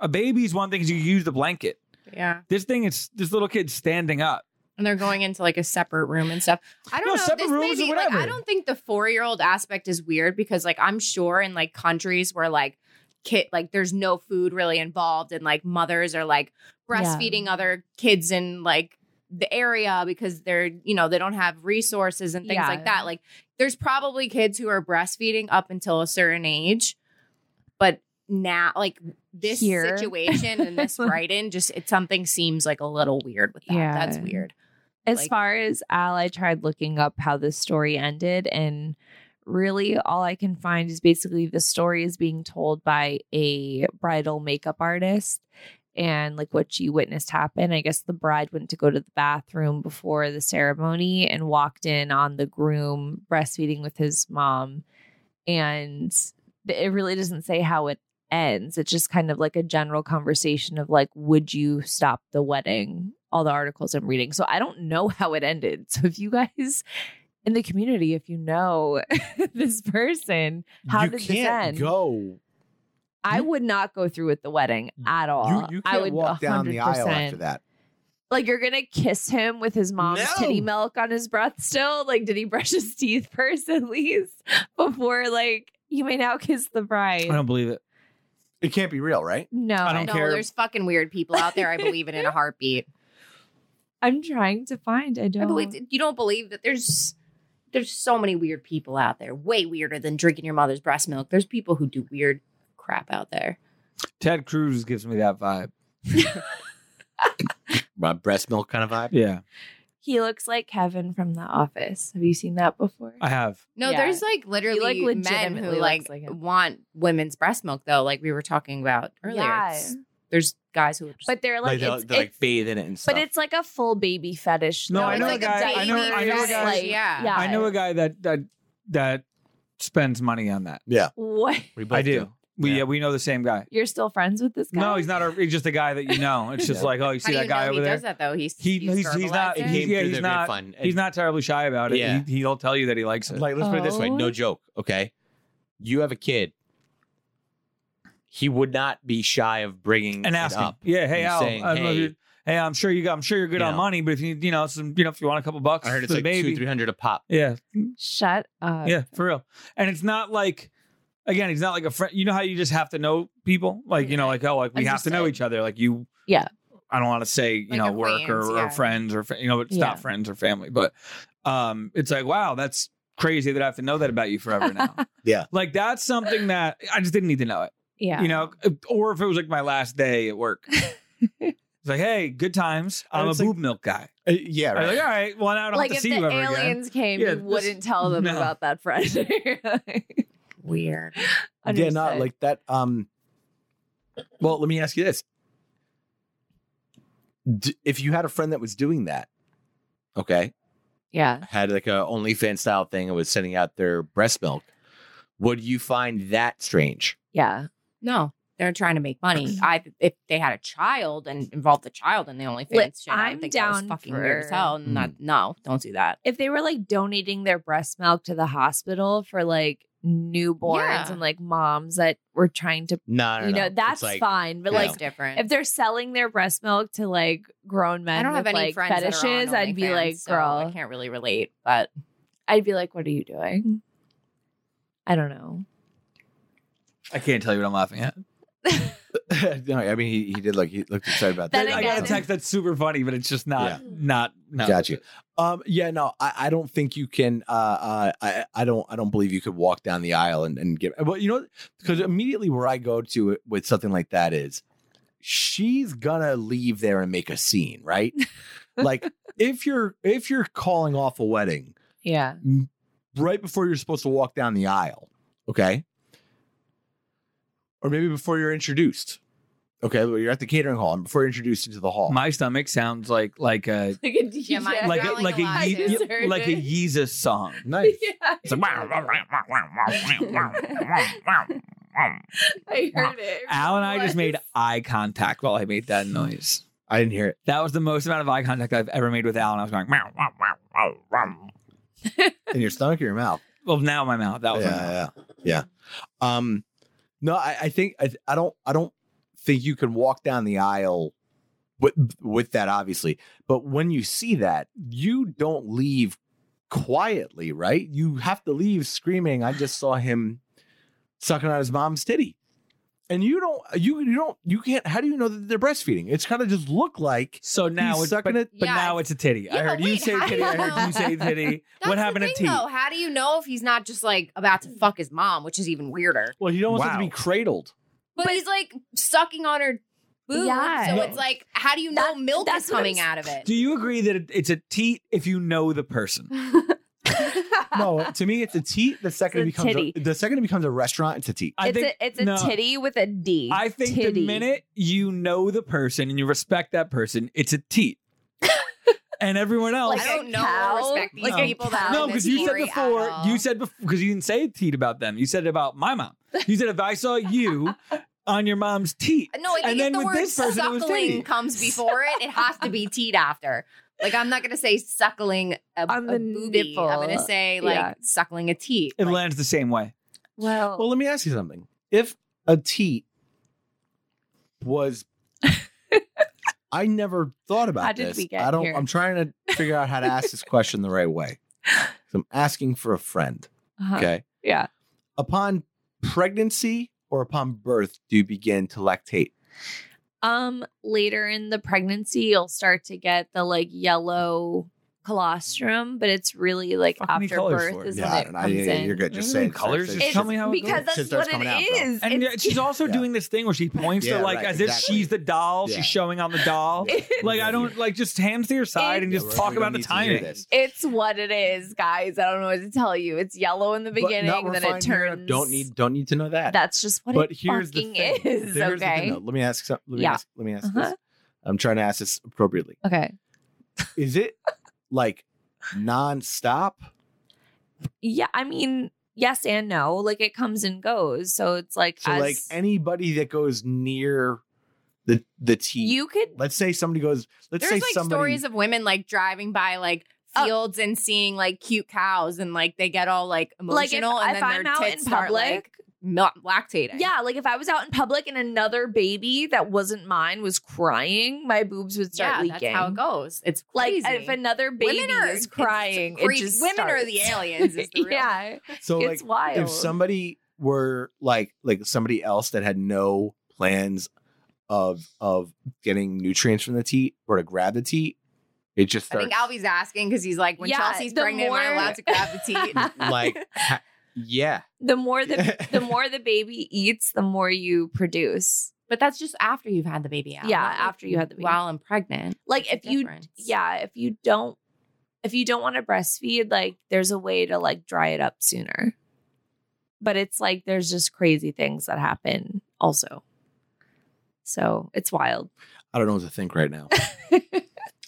Speaker 4: A baby's one thing is you use the blanket.
Speaker 7: yeah.
Speaker 4: This thing is this little kid standing up.
Speaker 7: And they're going into like a separate room and stuff. I don't
Speaker 4: No,
Speaker 7: know.
Speaker 4: separate
Speaker 7: This
Speaker 4: rooms
Speaker 7: may
Speaker 4: or
Speaker 7: be- like, I
Speaker 4: whatever.
Speaker 7: don't think the four year old aspect is weird because like I'm sure in like countries where like kid like there's no food really involved and like mothers are like breastfeeding other kids in like the area because they're you know they don't have resources and things
Speaker 3: Yeah.
Speaker 7: like that. Like there's probably kids who are breastfeeding up until a certain age, but now like this
Speaker 3: Here.
Speaker 7: situation
Speaker 3: <laughs>
Speaker 7: and this write-in just it something seems like a little weird with that.
Speaker 3: Yeah.
Speaker 7: That's weird.
Speaker 3: As
Speaker 7: Like-
Speaker 3: far as Al, I tried looking up how this story ended, and really all I can find is basically the story is being told by a bridal makeup artist and like what she witnessed happen. I guess the bride went to go to the bathroom before the ceremony and walked in on the groom breastfeeding with his mom. And it really doesn't say how it ends. It's just kind of like a general conversation of like, would you stop the wedding? All the articles I'm reading. So I don't know how it ended. So if you guys in the <laughs> community, if you know this person, how
Speaker 1: you
Speaker 3: did this
Speaker 1: can't
Speaker 3: end?
Speaker 1: go
Speaker 3: I would not go through with the wedding
Speaker 4: Mm.
Speaker 3: at all.
Speaker 1: You, you can't
Speaker 3: Uh, I would
Speaker 1: walk down the aisle
Speaker 3: 100%.
Speaker 1: after that.
Speaker 3: Like you're gonna kiss him with his mom's
Speaker 1: No.
Speaker 3: titty milk on his breath still? Like, did he brush his <laughs> teeth first at least before like you may now kiss the bride?
Speaker 4: I don't believe it.
Speaker 1: It can't be real, right?
Speaker 3: no,
Speaker 4: I don't
Speaker 7: no,
Speaker 4: care.
Speaker 7: there's fucking weird people out there. I believe it in a <laughs> heartbeat.
Speaker 3: I'm trying to find. I don't.
Speaker 7: I believe you don't believe that there's there's so many weird people out there. Way weirder than drinking your mother's breast milk. There's people who do weird crap out there.
Speaker 4: Ted Cruz gives me that vibe.
Speaker 1: My breast milk kind of vibe.
Speaker 4: Yeah,
Speaker 3: he looks like Kevin from The Office. Have you seen that before?
Speaker 4: I have.
Speaker 7: No,
Speaker 3: Yeah.
Speaker 7: there's like literally
Speaker 3: like,
Speaker 7: men
Speaker 3: legitimately
Speaker 7: who
Speaker 3: looks
Speaker 7: like,
Speaker 3: like him.
Speaker 7: want women's breast milk though, like we were talking about earlier.
Speaker 3: Yeah.
Speaker 7: It's- There's guys who are just,
Speaker 3: But they're like,
Speaker 1: Like, they
Speaker 3: it's,
Speaker 1: they like
Speaker 3: it's-
Speaker 1: bathe in it and stuff.
Speaker 3: but it's like a full baby fetish.
Speaker 4: No,
Speaker 3: though.
Speaker 4: I
Speaker 3: It's
Speaker 4: know a
Speaker 3: like
Speaker 4: guy- I know-
Speaker 3: baby
Speaker 4: I know a guy-
Speaker 3: fetish.
Speaker 7: Yeah.
Speaker 3: yeah.
Speaker 4: I know a guy that that that spends money on that.
Speaker 3: What?
Speaker 1: we both
Speaker 4: I do. We
Speaker 1: Yeah.
Speaker 4: yeah. we know the same guy.
Speaker 3: You're still friends with this guy?
Speaker 4: No, he's not. A, he's just a guy that you know.
Speaker 6: <laughs>
Speaker 4: It's just
Speaker 1: Yeah.
Speaker 4: like, oh, you
Speaker 7: how
Speaker 4: see
Speaker 7: do
Speaker 4: that
Speaker 7: you
Speaker 4: guy
Speaker 7: know
Speaker 4: over
Speaker 7: he
Speaker 4: there.
Speaker 7: does that though? He's
Speaker 4: He- he's- he's not-
Speaker 7: verbalizing
Speaker 4: he-
Speaker 7: it?
Speaker 4: yeah, he's not-
Speaker 6: Fun.
Speaker 4: He's not terribly shy about it.
Speaker 6: Yeah.
Speaker 4: He, he'll tell you that he likes it.
Speaker 6: Like, let's put it this way.
Speaker 3: Oh.
Speaker 6: No joke. Okay. You have a kid. He would not be shy of bringing
Speaker 4: and
Speaker 6: it
Speaker 4: ask him.
Speaker 6: up.
Speaker 4: Yeah, hey
Speaker 6: and
Speaker 4: Al,
Speaker 6: saying,
Speaker 4: I don't know if
Speaker 6: hey,
Speaker 4: you're- hey, I'm sure you got, I'm sure you're good
Speaker 6: You
Speaker 4: on
Speaker 6: know.
Speaker 4: money, but if you, you know, some, you know, if you want a couple bucks,
Speaker 6: I heard it's
Speaker 4: for
Speaker 6: like
Speaker 4: the baby,
Speaker 6: two, three hundred a pop.
Speaker 4: yeah,
Speaker 3: Shut up.
Speaker 4: yeah, for real. And it's not like, again, he's not like a friend. You know how you just have to know people, like you know, like oh, like we have to know
Speaker 7: Understood.
Speaker 4: each other, like you.
Speaker 3: Yeah.
Speaker 4: I don't want to say you
Speaker 7: Like
Speaker 4: know work
Speaker 7: acquaintance,
Speaker 4: or,
Speaker 7: yeah.
Speaker 4: or friends or fa- you know, it's
Speaker 3: Yeah.
Speaker 4: not friends or family, but um, it's like wow, that's crazy that I have to know that about you
Speaker 3: <laughs>
Speaker 4: forever now.
Speaker 1: Yeah.
Speaker 4: like that's something that I just didn't need to know it.
Speaker 3: Yeah.
Speaker 4: you know, or if it was like my last day at
Speaker 3: <laughs>
Speaker 4: work. It's like, hey, good times. I'm
Speaker 1: And
Speaker 4: a
Speaker 1: it's like-
Speaker 4: boob milk guy.
Speaker 1: Uh, yeah,
Speaker 4: I'm
Speaker 1: right.
Speaker 4: like, all right, well, now I don't
Speaker 3: Like
Speaker 4: have
Speaker 3: if
Speaker 4: to see
Speaker 3: the
Speaker 4: you ever again.
Speaker 3: aliens came,
Speaker 4: Yeah,
Speaker 3: you
Speaker 4: this-
Speaker 3: wouldn't tell them
Speaker 4: <laughs> no.
Speaker 3: about that friend. <laughs>
Speaker 7: weird.
Speaker 1: Yeah, not like that. Um. Well, let me ask you this: D- If you had a friend that was doing that, okay,
Speaker 3: yeah.
Speaker 6: Had like a OnlyFans style thing and was sending out their breast milk. Would you find that strange?
Speaker 3: Yeah.
Speaker 7: No, they're trying to make <clears throat> money. I if they had a child and involved the child in the only
Speaker 3: Like,
Speaker 7: shit, I would
Speaker 3: I'm
Speaker 7: think that was
Speaker 3: down
Speaker 7: fucking weird as
Speaker 3: for-
Speaker 7: hell. and
Speaker 4: Mm.
Speaker 7: Not, no, don't do that.
Speaker 3: If they were like donating their breast milk to the hospital for like newborns
Speaker 7: Yeah.
Speaker 3: and like moms that were trying to,
Speaker 6: No, no,
Speaker 3: you
Speaker 6: no.
Speaker 3: know,
Speaker 6: It's
Speaker 3: that's
Speaker 6: like,
Speaker 3: fine. But
Speaker 6: you
Speaker 3: like
Speaker 7: It's different.
Speaker 3: if they're selling their breast milk to like grown men
Speaker 7: I don't have
Speaker 3: with,
Speaker 7: any
Speaker 3: like
Speaker 7: friends
Speaker 3: fetishes,
Speaker 7: That are on
Speaker 3: I'd be
Speaker 7: OnlyFans,
Speaker 3: like,
Speaker 7: so I
Speaker 3: girl,
Speaker 7: can't really relate, but
Speaker 3: I'd be like, what are you doing? I don't know.
Speaker 4: I can't tell you what I'm laughing at.
Speaker 1: <laughs> no, I mean he, he did look he looked excited about
Speaker 3: Then
Speaker 1: that.
Speaker 4: I got a text that's super funny, but it's just not, not, no.
Speaker 1: Got you. Um, yeah, no, I, I don't think you can. Uh, uh, I, I don't, I don't believe you could walk down the aisle and, and give. Well, you know, because immediately where I go to it with something like that is, she's gonna leave there and make a scene, right? like
Speaker 4: <laughs>
Speaker 1: if you're if you're calling off a wedding
Speaker 3: Yeah.
Speaker 1: right before you're supposed to walk down the aisle, okay, or maybe before you're introduced, okay, well, you're at the catering hall and before you're introduced into the hall.
Speaker 4: My stomach sounds like, like a,
Speaker 3: Like a DJ.
Speaker 7: my- I'm
Speaker 4: like, a,
Speaker 7: growling
Speaker 4: like
Speaker 7: a
Speaker 4: a,
Speaker 7: lot,
Speaker 4: Ye-
Speaker 7: too.
Speaker 3: <laughs>
Speaker 4: Ye- like a Yeezus song. <laughs>
Speaker 1: nice.
Speaker 4: It's like, wow, wow, wow, wow, wow, wow, wow, wow, wow.
Speaker 3: <laughs> I <laughs> heard it.
Speaker 4: Al and I just made eye contact while I made that noise.
Speaker 1: I didn't hear it.
Speaker 4: That was the most amount of eye contact I've ever made with Al, and I was going, wow, wow, wow, wow, wow.
Speaker 1: In your stomach or your mouth?
Speaker 4: Well, now my mouth. That was my mouth.
Speaker 1: yeah, yeah, yeah. Um, no, I, I think I, I don't. I don't think you can walk down the aisle with with that, obviously. But when you see that, you don't leave quietly, right? You have to leave screaming. I just saw him sucking on his mom's titty, and you don't. You you don't. You can't. How do you know that they're breastfeeding? It's kind of just look like
Speaker 4: So now
Speaker 1: he's
Speaker 4: it's
Speaker 1: sucking
Speaker 4: but,
Speaker 1: it.
Speaker 4: but
Speaker 7: Yeah,
Speaker 4: now it's a titty.
Speaker 7: Yeah,
Speaker 4: I heard
Speaker 7: but
Speaker 4: you
Speaker 7: wait,
Speaker 4: say
Speaker 7: how
Speaker 4: titty.
Speaker 7: do
Speaker 4: I
Speaker 7: you
Speaker 4: heard you
Speaker 7: know?
Speaker 4: say titty.
Speaker 7: <laughs> That's
Speaker 4: what
Speaker 7: the
Speaker 4: happened to
Speaker 7: thing,
Speaker 4: tea?
Speaker 7: Though. How do you know if he's not just like about to fuck his mom, which is even weirder?
Speaker 1: Well, you don't want them to
Speaker 4: Wow.
Speaker 1: be cradled.
Speaker 7: But, he's like sucking on her boob,
Speaker 3: Yeah.
Speaker 7: so
Speaker 3: No.
Speaker 7: it's like, how do you know
Speaker 3: That-
Speaker 7: milk
Speaker 3: that's
Speaker 7: is
Speaker 3: what I'm
Speaker 7: coming
Speaker 3: s-
Speaker 7: out of it?
Speaker 4: Do you agree that it, it's a teat if you know the person?
Speaker 1: <laughs>
Speaker 7: <laughs>
Speaker 3: <laughs>
Speaker 1: No, to me, it's a teat. The second
Speaker 3: It's a
Speaker 1: it becomes
Speaker 3: titty.
Speaker 1: a, the second it becomes a restaurant, it's a teat.
Speaker 4: <laughs> I
Speaker 3: it's
Speaker 4: think
Speaker 3: a, it's a
Speaker 4: no.
Speaker 3: titty with a D.
Speaker 4: I think
Speaker 3: Titty.
Speaker 4: the minute you know the person and you respect that person, it's a
Speaker 7: <laughs>
Speaker 4: teat. and everyone else,
Speaker 7: I don't
Speaker 3: a
Speaker 7: know or
Speaker 3: cow?
Speaker 7: respect these
Speaker 3: Like a
Speaker 7: people that
Speaker 3: cow?
Speaker 7: have
Speaker 4: no,
Speaker 7: this
Speaker 4: because you said
Speaker 7: story at
Speaker 4: before,
Speaker 7: all.
Speaker 4: you said before, because you didn't say teat about them. You said it about my mom. You said if I saw
Speaker 7: <laughs>
Speaker 4: you on your mom's teat,
Speaker 7: No, I think
Speaker 4: And
Speaker 7: if
Speaker 4: then
Speaker 7: the
Speaker 4: with
Speaker 7: word
Speaker 4: this person, it was titty.
Speaker 7: suckling comes <laughs> before it, it has to be teed after. Like I'm not gonna say suckling a,
Speaker 3: On
Speaker 7: a
Speaker 3: the
Speaker 7: boobie. I'm
Speaker 3: nipple.
Speaker 7: gonna say like
Speaker 3: Yeah.
Speaker 7: uh, suckling a teat.
Speaker 4: it
Speaker 7: Like,
Speaker 4: lands the same way.
Speaker 3: Well,
Speaker 1: Well, let me ask you something. If a teat
Speaker 3: <laughs>
Speaker 1: was I never thought about
Speaker 3: How did
Speaker 1: this.
Speaker 3: we get
Speaker 1: I don't
Speaker 3: here?
Speaker 1: I'm trying to figure out how to ask this question the right
Speaker 3: <laughs>
Speaker 1: way. 'Cause I'm asking for a friend.
Speaker 3: Uh-huh.
Speaker 1: Okay.
Speaker 3: Yeah.
Speaker 1: Upon pregnancy or upon birth do you begin to lactate?
Speaker 3: Um, later in the pregnancy, you'll start to get the like yellow colostrum, but it's really like after birth is when it
Speaker 1: and
Speaker 3: comes
Speaker 1: I-
Speaker 3: in.
Speaker 1: you're good. Just
Speaker 4: Mm.
Speaker 1: say it.
Speaker 4: Colors,
Speaker 1: Sorry,
Speaker 4: just
Speaker 1: say
Speaker 4: tell me how it
Speaker 3: because
Speaker 4: goes.
Speaker 3: that's
Speaker 1: Shit starts
Speaker 3: what it
Speaker 1: coming out, though.
Speaker 3: is.
Speaker 4: And
Speaker 3: It's-
Speaker 4: she's also doing this thing where she points
Speaker 1: Yeah,
Speaker 4: to like
Speaker 1: right,
Speaker 4: as
Speaker 1: exactly.
Speaker 4: if she's the doll.
Speaker 1: Yeah.
Speaker 4: She's showing on the
Speaker 3: <laughs>
Speaker 4: doll. Like I don't like just hands to your side and
Speaker 1: Yeah,
Speaker 4: just
Speaker 1: we're-
Speaker 4: talk
Speaker 1: we don't
Speaker 4: about the
Speaker 1: need to hear
Speaker 4: timing.
Speaker 1: this.
Speaker 3: <laughs> It's what it is, guys. I don't know what to tell you. It's yellow in the
Speaker 1: But
Speaker 3: beginning,
Speaker 1: no, we're
Speaker 3: then
Speaker 1: fine
Speaker 3: it
Speaker 1: here.
Speaker 3: turns.
Speaker 1: Don't need don't need to know that.
Speaker 3: That's just what
Speaker 1: but
Speaker 3: it
Speaker 1: here's the
Speaker 3: fucking
Speaker 1: thing. Here's
Speaker 3: is.
Speaker 1: the thing,
Speaker 3: okay.
Speaker 1: though. Let me ask some, let me
Speaker 3: Yeah.
Speaker 1: ask let me ask
Speaker 3: Uh-huh.
Speaker 1: this. I'm trying to ask this appropriately.
Speaker 3: Okay.
Speaker 1: Is it like nonstop?
Speaker 3: Yeah. I mean, yes and no. Like it comes and goes. So it's like
Speaker 1: So
Speaker 3: as
Speaker 1: like anybody that goes near the the T
Speaker 3: you could
Speaker 1: let's say somebody goes let's
Speaker 7: There's
Speaker 1: say
Speaker 7: like
Speaker 1: somebody
Speaker 7: stories of women like driving by like
Speaker 3: Oh.
Speaker 7: fields and seeing like cute cows and like they get all like
Speaker 3: Like, if-
Speaker 7: emotional and
Speaker 3: if
Speaker 7: then
Speaker 3: I'm
Speaker 7: their
Speaker 3: out
Speaker 7: tits
Speaker 3: in
Speaker 7: start like not lactating.
Speaker 3: Yeah, like if I was out in public and another baby that wasn't mine was crying, my boobs would start
Speaker 7: Yeah,
Speaker 3: leaking.
Speaker 7: that's how it goes. It's
Speaker 3: Like
Speaker 7: crazy.
Speaker 3: if another baby
Speaker 7: Women are-
Speaker 3: is
Speaker 7: it's
Speaker 3: crying, it
Speaker 7: crazy.
Speaker 3: just
Speaker 7: women are the
Speaker 3: starts. <laughs>
Speaker 7: aliens. Is the real
Speaker 3: yeah,
Speaker 1: so
Speaker 3: it's
Speaker 1: like
Speaker 3: wild.
Speaker 1: if
Speaker 7: <laughs>
Speaker 1: somebody were like like somebody else that had no plans of of getting nutrients from the tea or to grab the tea it just
Speaker 7: I think
Speaker 1: starts
Speaker 7: Alvy's asking because he's like, when
Speaker 3: Yeah,
Speaker 7: Chelsea's
Speaker 3: the
Speaker 7: pregnant, am I
Speaker 3: more-
Speaker 7: allowed to grab the
Speaker 3: <laughs>
Speaker 7: teat?
Speaker 1: like <laughs> ha- yeah
Speaker 3: the more the
Speaker 1: <laughs>
Speaker 3: the more the baby eats, the more you produce.
Speaker 7: but that's just after you've had the baby out.
Speaker 3: Yeah,
Speaker 7: not, like,
Speaker 3: after you had the baby.
Speaker 7: While I'm pregnant.
Speaker 3: Like if
Speaker 7: It's a
Speaker 3: you
Speaker 7: difference.
Speaker 3: yeah, if you don't if you don't want to breastfeed, like there's a way to like dry it up sooner. But it's like there's just crazy things that happen also. So it's wild. <laughs>
Speaker 1: i don't know what to think right now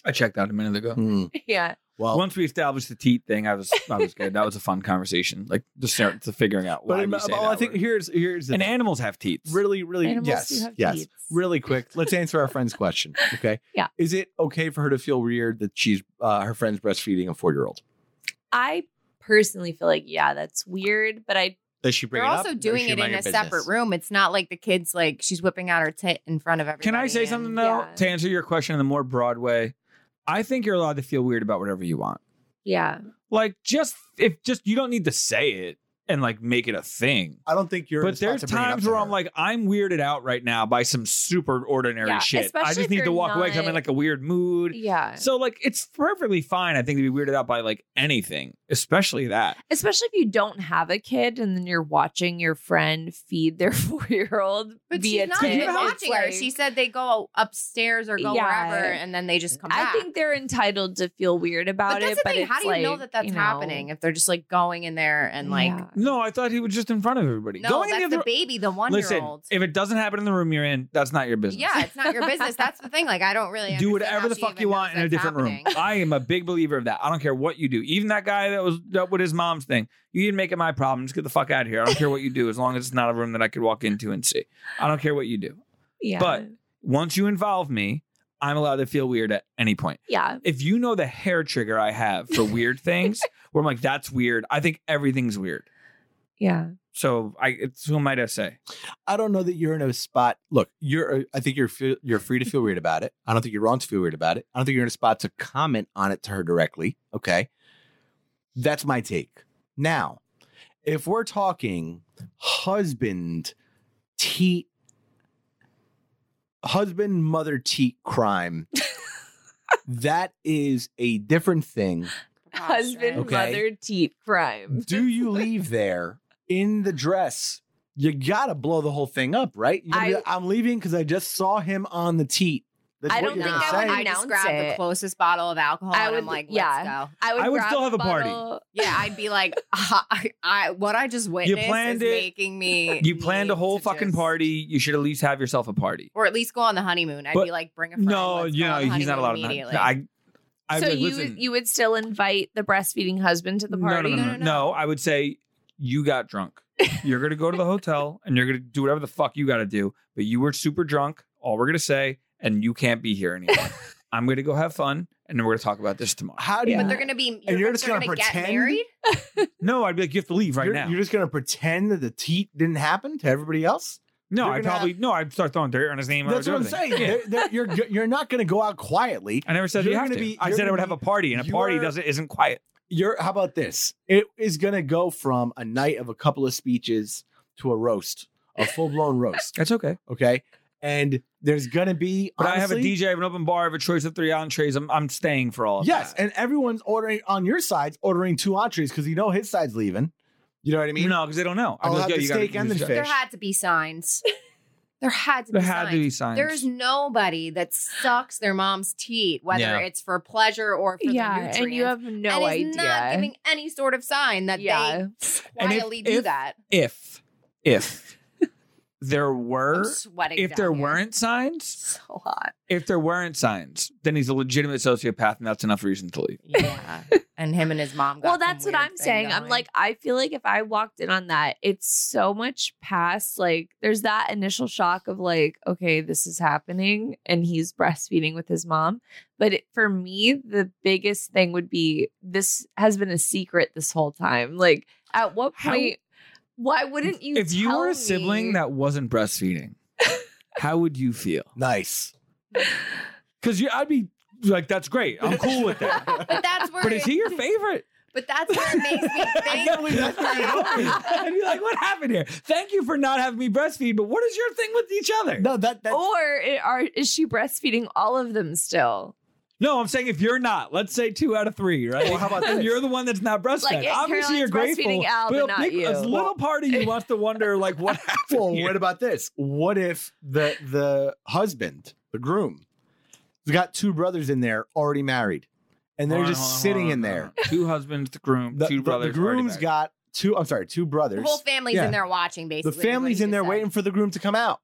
Speaker 4: I checked out a minute ago.
Speaker 1: Hmm.
Speaker 3: Yeah.
Speaker 1: well
Speaker 4: Once we established the teat thing, I was I was good. That was a fun conversation. Like just start to figuring out
Speaker 1: but
Speaker 4: why
Speaker 1: I'm-
Speaker 4: we say
Speaker 1: well,
Speaker 4: that
Speaker 1: i think
Speaker 4: word.
Speaker 1: here's here's the
Speaker 4: and
Speaker 1: thing.
Speaker 4: animals have teats.
Speaker 1: really really
Speaker 3: Animals do
Speaker 1: yes
Speaker 3: have
Speaker 1: yes
Speaker 3: teats.
Speaker 7: <laughs>
Speaker 1: really quick let's answer our friend's question okay
Speaker 3: Yeah.
Speaker 1: is it okay for her to feel weird that she's uh, her friend's breastfeeding a four-year-old
Speaker 3: I personally feel like, yeah, that's weird, but I
Speaker 8: Does she bring
Speaker 7: They're
Speaker 8: it up?
Speaker 7: also
Speaker 8: or
Speaker 7: doing
Speaker 8: she
Speaker 7: it
Speaker 8: mind
Speaker 7: in
Speaker 8: your
Speaker 7: a
Speaker 8: business?
Speaker 7: separate room. It's not like the kids like she's whipping out her tit in front of everybody.
Speaker 4: Can I say
Speaker 7: and-
Speaker 4: something though
Speaker 3: yeah.
Speaker 4: to answer your question in the more broad way? I think you're allowed to feel weird about whatever you want.
Speaker 3: yeah.
Speaker 4: Like just if just you don't need to say it and like make it a thing.
Speaker 1: i don't think you're in
Speaker 4: But
Speaker 1: the spot
Speaker 4: there's
Speaker 1: to bring it up
Speaker 4: times
Speaker 1: to
Speaker 4: where I'm
Speaker 1: her.
Speaker 4: like, I'm weirded out right now by some super ordinary
Speaker 3: Yeah,
Speaker 4: shit. I
Speaker 3: especially
Speaker 4: just
Speaker 3: if
Speaker 4: need to
Speaker 3: you're
Speaker 4: walk away 'cause I'm
Speaker 3: not-
Speaker 4: in like a weird mood.
Speaker 3: Yeah.
Speaker 4: So like it's perfectly fine, I think, to be weirded out by like anything, especially that.
Speaker 3: Especially if you don't have a kid and then you're watching your friend feed their <laughs> four year old.
Speaker 7: But
Speaker 3: via
Speaker 7: she's not
Speaker 3: tit.
Speaker 7: even
Speaker 3: It's
Speaker 7: watching her.
Speaker 3: like-
Speaker 7: She said they go upstairs or go
Speaker 3: Yeah.
Speaker 7: wherever, and then they just come
Speaker 3: I
Speaker 7: back.
Speaker 3: think they're entitled to feel weird about
Speaker 7: but that's
Speaker 3: it.
Speaker 7: the
Speaker 3: but
Speaker 7: thing. How
Speaker 3: it's
Speaker 7: do you know
Speaker 3: like,
Speaker 7: that that's
Speaker 3: you know,
Speaker 7: happening if they're just like going in there and like
Speaker 3: yeah.
Speaker 4: No, I thought he was just in front of everybody.
Speaker 7: no,
Speaker 4: Going in
Speaker 7: that's
Speaker 4: the
Speaker 7: the
Speaker 4: other-
Speaker 7: baby, the one year
Speaker 4: Listen,
Speaker 7: old.
Speaker 4: if it doesn't happen in the room you're in, that's not your business.
Speaker 7: Yeah, it's not your business. That's the thing. Like I don't
Speaker 4: <laughs>
Speaker 7: really
Speaker 4: do
Speaker 7: understand
Speaker 4: whatever
Speaker 7: how
Speaker 4: the
Speaker 7: she
Speaker 4: fuck
Speaker 7: even
Speaker 4: you
Speaker 7: knows
Speaker 4: want in a
Speaker 7: that's
Speaker 4: different room.
Speaker 7: happening.
Speaker 4: I am a big believer of that. I don't care what you do. Even that guy that was that with his mom's thing, you didn't make it my problem. Just get the fuck out of here. I don't care what you do, as long as it's not a room that I could walk into and see. I don't care what you do.
Speaker 3: Yeah.
Speaker 4: But once you involve me, I'm allowed to feel weird at any point.
Speaker 3: yeah.
Speaker 4: If you know the hair trigger I have for weird things, where I'm like, that's weird. I think everything's weird.
Speaker 3: Yeah.
Speaker 4: So I, it's who am I to say?
Speaker 1: I don't know that you're in a spot. Look, you're. uh, I think you're. Feel, you're free to feel weird about it. I don't think you're wrong to feel weird about it. I don't think you're in a spot to comment on it to her directly. Okay, that's my take. Now, if we're talking husband, teat, husband, mother, teat crime, that is a different thing.
Speaker 3: Husband,
Speaker 1: Okay.
Speaker 3: mother, teat, crime.
Speaker 1: Do you leave there in the dress? You gotta blow the whole thing up, right? You're gonna be
Speaker 3: I-
Speaker 1: like, I'm leaving because I just saw him on the teat. That's
Speaker 3: I
Speaker 1: what
Speaker 3: don't
Speaker 1: you're
Speaker 3: think
Speaker 1: gonna
Speaker 3: I would
Speaker 1: say.
Speaker 7: I just
Speaker 3: announce
Speaker 7: grabbed
Speaker 3: it.
Speaker 7: the closest bottle of alcohol
Speaker 3: I
Speaker 7: and I'm
Speaker 3: would-
Speaker 7: like, let's
Speaker 3: yeah.
Speaker 7: go.
Speaker 3: I would,
Speaker 4: I would
Speaker 3: grab
Speaker 4: still have a party.
Speaker 3: bottle-
Speaker 7: Yeah, I'd be like, <laughs> I, I, what I just witnessed
Speaker 4: planned
Speaker 7: is
Speaker 4: it.
Speaker 7: making me.
Speaker 4: You planned a
Speaker 7: need
Speaker 4: whole
Speaker 7: to
Speaker 4: fucking
Speaker 7: just-
Speaker 4: party. You should at least have yourself a party.
Speaker 7: or at least go on the honeymoon. I'd
Speaker 4: But-
Speaker 7: be like, bring a friend.
Speaker 4: No,
Speaker 7: let's
Speaker 4: you
Speaker 7: go
Speaker 4: know
Speaker 7: on the
Speaker 4: he's not
Speaker 7: honeymoon
Speaker 4: allowed. To,
Speaker 7: Immediately.
Speaker 4: I, I
Speaker 3: so
Speaker 4: like,
Speaker 3: you
Speaker 4: listen,
Speaker 3: you would still invite the breastfeeding husband to the party?
Speaker 4: No, no, no, no, no. I would say you got drunk. You're gonna go to the hotel and you're gonna do whatever the fuck you gotta do. But you were super drunk. All we're gonna say, and you can't be here anymore. I'm gonna go have fun, and then we're gonna talk about this tomorrow.
Speaker 1: How do
Speaker 7: but
Speaker 1: you?
Speaker 7: they're gonna be.
Speaker 1: you're just
Speaker 7: they're
Speaker 1: gonna
Speaker 7: get
Speaker 1: pretend?
Speaker 7: married.
Speaker 4: No, I'd be like, you have to leave right
Speaker 1: you're,
Speaker 4: now.
Speaker 1: you're just gonna pretend that the teat didn't happen to everybody else.
Speaker 4: No,
Speaker 1: You're
Speaker 4: I
Speaker 1: gonna
Speaker 4: probably no. I'd start throwing dirt on his name.
Speaker 1: That's what I'm saying. They're- they're- you're go- you're not going to go out quietly.
Speaker 4: I never said you
Speaker 1: You're
Speaker 4: have
Speaker 1: gonna
Speaker 4: to.
Speaker 1: be-
Speaker 4: I
Speaker 1: you're
Speaker 4: said I
Speaker 1: gonna
Speaker 4: would have a party, and a
Speaker 1: you
Speaker 4: party
Speaker 1: are-
Speaker 4: doesn't isn't quiet.
Speaker 1: You're how about this? It is going to go from a night of a couple of speeches to a roast, a full blown roast.
Speaker 4: That's okay.
Speaker 1: Okay, and there's going to be.
Speaker 4: But I have a
Speaker 1: honestly-
Speaker 4: DJ, I have an open bar, I have a choice of three entrees. I'm I'm staying for all of
Speaker 1: Yes, and everyone's ordering on your side's ordering two entrees because you know his side's leaving. You know what I
Speaker 4: that.
Speaker 1: mean?
Speaker 4: No, because they don't know. I'm
Speaker 1: I'll
Speaker 4: like,
Speaker 1: have
Speaker 4: yo,
Speaker 1: the
Speaker 4: you gotta
Speaker 1: steak and
Speaker 4: do
Speaker 1: the
Speaker 4: this.
Speaker 7: There
Speaker 1: fish.
Speaker 7: had to be signs. There had to be
Speaker 4: There had to
Speaker 7: signs.
Speaker 4: be signs.
Speaker 7: There's nobody that sucks their mom's teat, whether
Speaker 4: Yeah.
Speaker 7: it's for pleasure or for the
Speaker 3: yeah,
Speaker 7: nutrients.
Speaker 3: and you have no
Speaker 7: and
Speaker 3: idea.
Speaker 7: is not giving any sort of sign that
Speaker 3: Yeah.
Speaker 7: they
Speaker 4: And if-
Speaker 7: quietly do
Speaker 4: if-
Speaker 7: that.
Speaker 4: If if there were
Speaker 7: sweating
Speaker 4: if
Speaker 7: down
Speaker 4: there
Speaker 7: here.
Speaker 4: weren't signs,
Speaker 7: So hot.
Speaker 4: if there weren't signs, then he's a legitimate sociopath, and that's enough reason to leave.
Speaker 7: Yeah. and him and his mom got
Speaker 3: Well,
Speaker 7: some
Speaker 3: that's what
Speaker 7: weird
Speaker 3: I'm
Speaker 7: thing
Speaker 3: saying. I'm
Speaker 7: going.
Speaker 3: like, I feel like if I walked in on that, it's so much past. Like, there's that initial shock of like, okay, this is happening, and he's breastfeeding with his mom. But it, for me, the biggest thing would be this has been a secret this whole time. Like, at what
Speaker 4: How-
Speaker 3: point? Why wouldn't you?
Speaker 4: if you
Speaker 3: tell
Speaker 4: were
Speaker 3: me?
Speaker 4: a
Speaker 3: <laughs>
Speaker 4: sibling that wasn't breastfeeding, how would you feel?
Speaker 1: Nice.
Speaker 4: Because I'd be like, that's great. I'm cool with that.
Speaker 7: <laughs> but that's where.
Speaker 4: but is he your favorite?
Speaker 7: But that's where it makes
Speaker 4: <laughs>
Speaker 7: me
Speaker 4: I can't believe that's where you're going. I'd be like, what happened here? Thank you for not having me breastfeed, but what is your thing with each other?
Speaker 1: No, that
Speaker 7: Oh.
Speaker 1: that
Speaker 3: or i- are is she breastfeeding all of them still?
Speaker 4: No, I'm saying if you're not, let's say two out of three, right?
Speaker 1: Well, how about
Speaker 4: If
Speaker 1: this?
Speaker 4: you're the one that's not breastfed.
Speaker 3: Like, yeah,
Speaker 4: Obviously, you're
Speaker 3: Caroline's
Speaker 4: grateful.
Speaker 3: breastfeeding Al, but
Speaker 4: a
Speaker 3: not
Speaker 4: big-
Speaker 3: you.
Speaker 4: a little part of you wants to wonder, like, what
Speaker 1: <laughs>
Speaker 4: happened?
Speaker 1: <laughs> Well,
Speaker 4: here?
Speaker 1: what about this? What if the the husband, the groom, has got two brothers in there already married, and they're
Speaker 4: Hold on,
Speaker 1: just
Speaker 4: hold on,
Speaker 1: sitting
Speaker 4: hold on,
Speaker 1: in
Speaker 4: hold
Speaker 1: there?
Speaker 4: on. Two husbands, the groom,
Speaker 1: The,
Speaker 4: two
Speaker 1: the- the
Speaker 4: brothers. already
Speaker 1: groom's
Speaker 4: married.
Speaker 1: got two. I'm sorry, two
Speaker 7: The
Speaker 1: brothers.
Speaker 7: whole family's
Speaker 1: Yeah.
Speaker 7: in there watching, basically.
Speaker 1: The
Speaker 7: is what
Speaker 1: family's
Speaker 7: you
Speaker 1: in there
Speaker 7: just said.
Speaker 1: waiting for the groom to come out.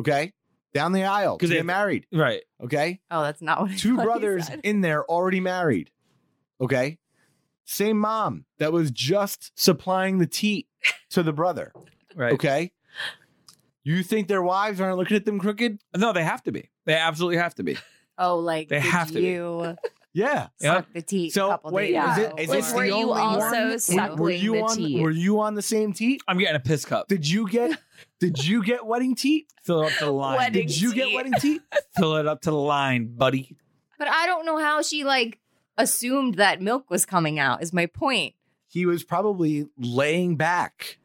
Speaker 1: Okay, down the aisle because
Speaker 4: 'Cause they-
Speaker 1: they're married.
Speaker 4: right.
Speaker 1: Okay,
Speaker 7: Oh, that's not what <laughs> I
Speaker 1: two
Speaker 7: thought you
Speaker 1: brothers
Speaker 7: said.
Speaker 1: in there already married. Okay, same mom that was just supplying the teat to the brother.
Speaker 4: Right.
Speaker 1: Okay. You think their wives aren't looking at them crooked?
Speaker 4: No, they have to be. They absolutely have to be.
Speaker 7: Oh, like
Speaker 4: They
Speaker 7: did
Speaker 4: have to be.
Speaker 7: you
Speaker 1: Yeah.
Speaker 4: Yeah.
Speaker 7: suck the teat?
Speaker 1: So,
Speaker 7: couple
Speaker 1: wait,
Speaker 7: days
Speaker 3: is it-
Speaker 7: ago?
Speaker 1: is
Speaker 3: Like,
Speaker 1: this
Speaker 3: were
Speaker 1: the
Speaker 3: you
Speaker 1: only
Speaker 3: also
Speaker 1: one?
Speaker 3: suckling
Speaker 1: Were you
Speaker 3: the
Speaker 1: on?
Speaker 3: teat?
Speaker 1: Were you on the same teat?
Speaker 4: I'm getting a piss cup.
Speaker 1: Did you
Speaker 7: <laughs>
Speaker 1: get? did you get wedding teat?
Speaker 4: Fill it up to the line.
Speaker 3: Wedding
Speaker 1: Did you get
Speaker 3: teat.
Speaker 1: wedding
Speaker 7: <laughs>
Speaker 1: teat?
Speaker 4: Fill it up to the line, buddy.
Speaker 7: But I don't know how she like assumed that milk was coming out. Is my point.
Speaker 1: He was probably laying back,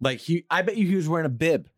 Speaker 1: like he. I bet you he was wearing a bib,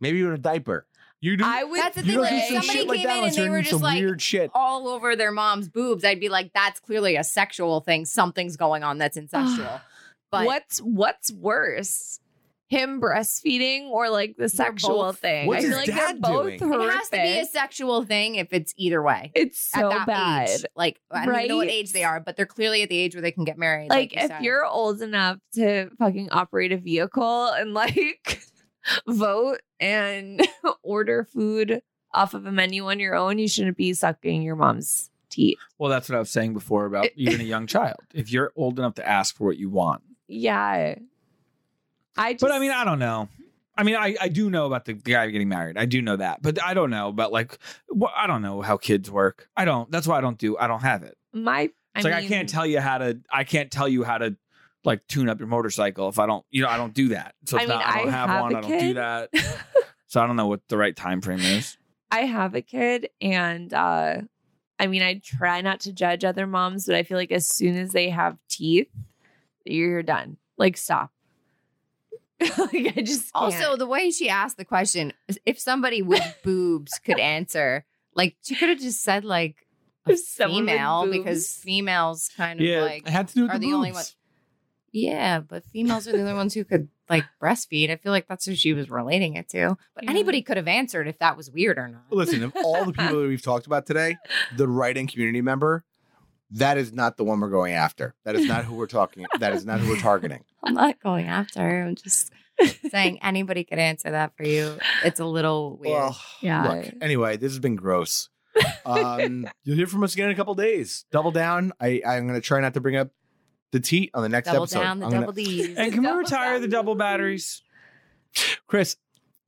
Speaker 1: maybe even a diaper. You do.
Speaker 3: I would.
Speaker 7: That's the
Speaker 1: you
Speaker 7: thing.
Speaker 1: don't
Speaker 7: Like,
Speaker 1: do
Speaker 7: if
Speaker 1: some
Speaker 7: somebody
Speaker 1: shit like
Speaker 7: came
Speaker 1: that
Speaker 7: in and
Speaker 1: unless
Speaker 7: they
Speaker 1: you're
Speaker 7: were
Speaker 1: into
Speaker 7: just
Speaker 1: some
Speaker 7: like
Speaker 1: weird shit.
Speaker 7: all over their mom's boobs. I'd be like, that's clearly a sexual thing. Something's going on
Speaker 3: <sighs>
Speaker 7: that's incestual. But
Speaker 3: what's what's worse, him breastfeeding or like the sexual
Speaker 7: both.
Speaker 3: thing?
Speaker 1: What's
Speaker 3: I feel
Speaker 1: his
Speaker 3: like they're
Speaker 1: dad
Speaker 3: both
Speaker 1: doing?
Speaker 7: it
Speaker 3: horrific.
Speaker 7: has to be a sexual thing if it's either way.
Speaker 3: it's so
Speaker 7: at that
Speaker 3: bad.
Speaker 7: age, like I don't even know what
Speaker 3: Right?
Speaker 7: age they are, but they're clearly at the age where they can get married.
Speaker 3: Like,
Speaker 7: you
Speaker 3: if
Speaker 7: said.
Speaker 3: you're old enough to fucking operate a vehicle and <laughs> like vote and <laughs> order food off of a menu on your own, you shouldn't be sucking your mom's teeth.
Speaker 4: Well, that's what I was saying before about even a young child. If you're old enough to ask for what you want.
Speaker 3: Yeah. I just
Speaker 4: But I mean, I don't know. I mean, I, I do know about the guy getting married. I do know that. But I don't know about like, wh- I don't know how kids work. I don't. That's why I don't do, I don't have it.
Speaker 3: my
Speaker 4: It's like, I
Speaker 3: mean-
Speaker 4: can't tell you how to, I can't tell you how to like tune up your motorcycle if I don't, you know, I don't do that. So
Speaker 3: I
Speaker 4: it's
Speaker 3: mean,
Speaker 4: not, I don't
Speaker 3: I
Speaker 4: have,
Speaker 3: have
Speaker 4: one.
Speaker 3: a
Speaker 4: I don't do
Speaker 3: kid. <laughs>
Speaker 4: that. so I don't know what the right time frame is.
Speaker 3: I have a kid and uh I mean I try not to judge other moms, but I feel like as soon as they have teeth, you're done. Like stop. <laughs> like I just
Speaker 7: also
Speaker 3: can't.
Speaker 7: the way she asked the question, is if somebody with
Speaker 3: <laughs>
Speaker 7: boobs could answer, like she could have just said like a
Speaker 3: If someone with
Speaker 7: female
Speaker 3: boobs.
Speaker 7: because females kind of like
Speaker 1: it had to do with
Speaker 7: are
Speaker 1: the,
Speaker 7: the only
Speaker 1: boobs.
Speaker 7: ones- Yeah, but females are the only ones who could like breastfeed. I feel like that's who she was relating it to. But
Speaker 3: Yeah.
Speaker 7: anybody could have answered if that was weird or not.
Speaker 1: Listen, of all the people that we've talked about today, the writing community member, that is not the one we're going after. That is not who we're talking. That is not who we're targeting.
Speaker 7: I'm not going after her. I'm just
Speaker 1: <laughs>
Speaker 7: saying anybody could answer that for you. It's a little <laughs> weird.
Speaker 1: Well,
Speaker 3: Yeah.
Speaker 1: look. Anyway, this has been gross.
Speaker 4: <laughs>
Speaker 1: Um, you'll hear from us again in a couple days. Double down. I, I'm going to try not to bring up the teat on the next
Speaker 7: double
Speaker 1: episode.
Speaker 7: down the
Speaker 1: I'm gonna-
Speaker 7: double D's.
Speaker 4: And can we retire the double batteries?
Speaker 1: Chris,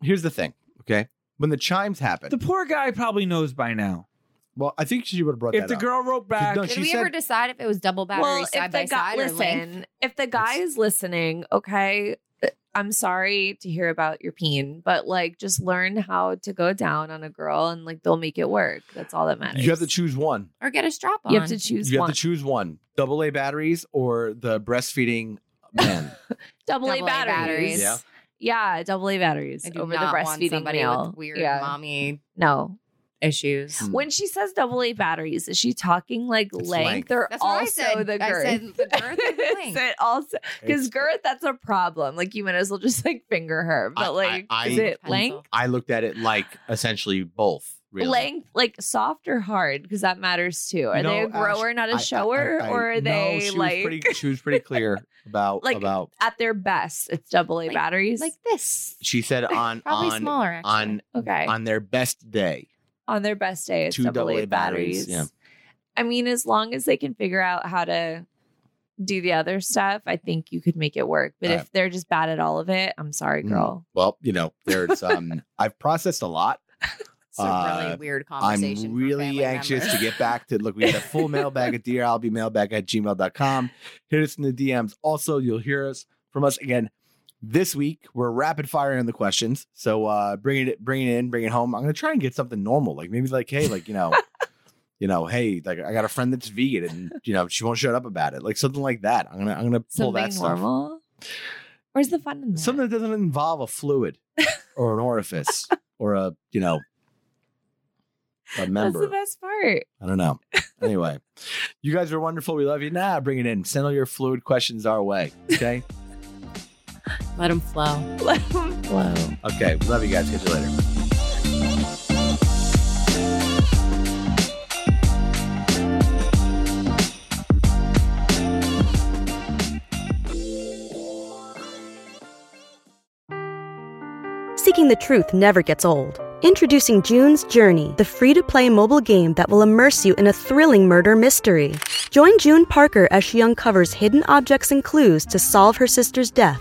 Speaker 1: here's the thing. Okay, when the chimes happen,
Speaker 4: The poor guy probably knows by now.
Speaker 1: well, I think she would have brought
Speaker 4: If
Speaker 1: that
Speaker 4: the
Speaker 1: up.
Speaker 4: girl wrote back,
Speaker 1: No,
Speaker 7: Did
Speaker 1: she
Speaker 7: we
Speaker 1: said-
Speaker 7: ever decide if it was double battery
Speaker 3: well,
Speaker 7: side
Speaker 3: if
Speaker 7: by
Speaker 3: the guy
Speaker 7: side or length?
Speaker 3: listen, if the guy is listening, okay, I'm sorry to hear about your peen, but like just learn how to go down on a girl and like they'll make it work. That's all that matters.
Speaker 1: You have to choose one.
Speaker 3: or get a strap on. You have to choose
Speaker 1: You
Speaker 3: one.
Speaker 1: have to choose one. Double A batteries or the breastfeeding
Speaker 4: <laughs>
Speaker 1: man.
Speaker 3: double, A
Speaker 6: Double A
Speaker 3: batteries.
Speaker 6: batteries. Yeah.
Speaker 3: Yeah, double A batteries
Speaker 6: I do
Speaker 3: over
Speaker 6: not
Speaker 3: the
Speaker 6: want
Speaker 3: breastfeeding
Speaker 6: somebody
Speaker 3: male.
Speaker 6: with weird
Speaker 3: yeah.
Speaker 6: mommy
Speaker 3: No.
Speaker 6: issues.
Speaker 1: Hmm.
Speaker 3: When she says double A batteries, is she talking like length,
Speaker 6: length.
Speaker 3: or
Speaker 6: That's what I
Speaker 3: also
Speaker 6: said.
Speaker 3: the girth?
Speaker 6: I said the girth
Speaker 3: <laughs>
Speaker 6: or the
Speaker 3: Is it also because
Speaker 1: It's-
Speaker 3: girth that's a problem. Like you might as well just like finger her. But like,
Speaker 1: I-
Speaker 3: is it length,
Speaker 1: I looked at it like essentially both. Really.
Speaker 3: length, like soft or hard? Because that matters too. Are they
Speaker 1: No,
Speaker 3: a
Speaker 1: Ash,
Speaker 3: grower, not a
Speaker 1: I- I-
Speaker 3: shower,
Speaker 1: I-
Speaker 3: or
Speaker 1: no,
Speaker 3: are they
Speaker 1: she was
Speaker 3: like
Speaker 1: pretty- she was pretty clear about
Speaker 3: Like-
Speaker 1: about
Speaker 3: <laughs> at their best? It's double A batteries, like
Speaker 6: this.
Speaker 1: she
Speaker 3: <laughs>
Speaker 1: said on
Speaker 3: Probably
Speaker 1: on
Speaker 3: smaller, actually.
Speaker 1: on
Speaker 3: Okay.
Speaker 1: on their best day.
Speaker 3: on their best day, it's
Speaker 1: Two
Speaker 3: double A
Speaker 1: AA batteries,
Speaker 3: batteries.
Speaker 1: yeah.
Speaker 3: I mean, as long as they can figure out how to do the other stuff, I think you could make it work. But
Speaker 1: Uh,
Speaker 3: if they're just bad at all of it, I'm sorry,
Speaker 1: Mm.
Speaker 3: girl.
Speaker 1: Well, you know, there's
Speaker 6: <laughs>
Speaker 1: um I've processed a lot. Uh,
Speaker 6: It's a really weird conversation.
Speaker 1: I'm really anxious to get back to look. We had a
Speaker 6: <laughs>
Speaker 1: full mailbag at dearalbymailbag at gmail.com. Hit us in the DMs. Also, you'll hear us from us again this week. We're rapid firing the questions. So uh bring it bring it in, bring it home. I'm gonna try and get something normal. Like maybe like, hey, like, you
Speaker 6: <laughs>
Speaker 1: know, you know, hey, like I got a friend that's vegan and you know, she won't shut up about it. Like something like that. I'm gonna I'm gonna pull
Speaker 3: Something
Speaker 1: that stuff.
Speaker 3: normal. Where's the fun in that?
Speaker 1: Something that doesn't involve a
Speaker 3: <laughs>
Speaker 1: fluid or an orifice or a, you know, a member.
Speaker 3: That's the best part.
Speaker 1: I don't know. Anyway, you guys are wonderful. We love you. Nah, bring it in. Send all your fluid questions our way. Okay.
Speaker 3: <laughs>
Speaker 6: Let them flow.
Speaker 3: Let them
Speaker 1: Wow. Okay. Love you guys. Catch you later.
Speaker 9: Seeking the truth never gets old. Introducing June's Journey, the free to play mobile game that will immerse you in a thrilling murder mystery. Join June Parker as she uncovers hidden objects and clues to solve her sister's death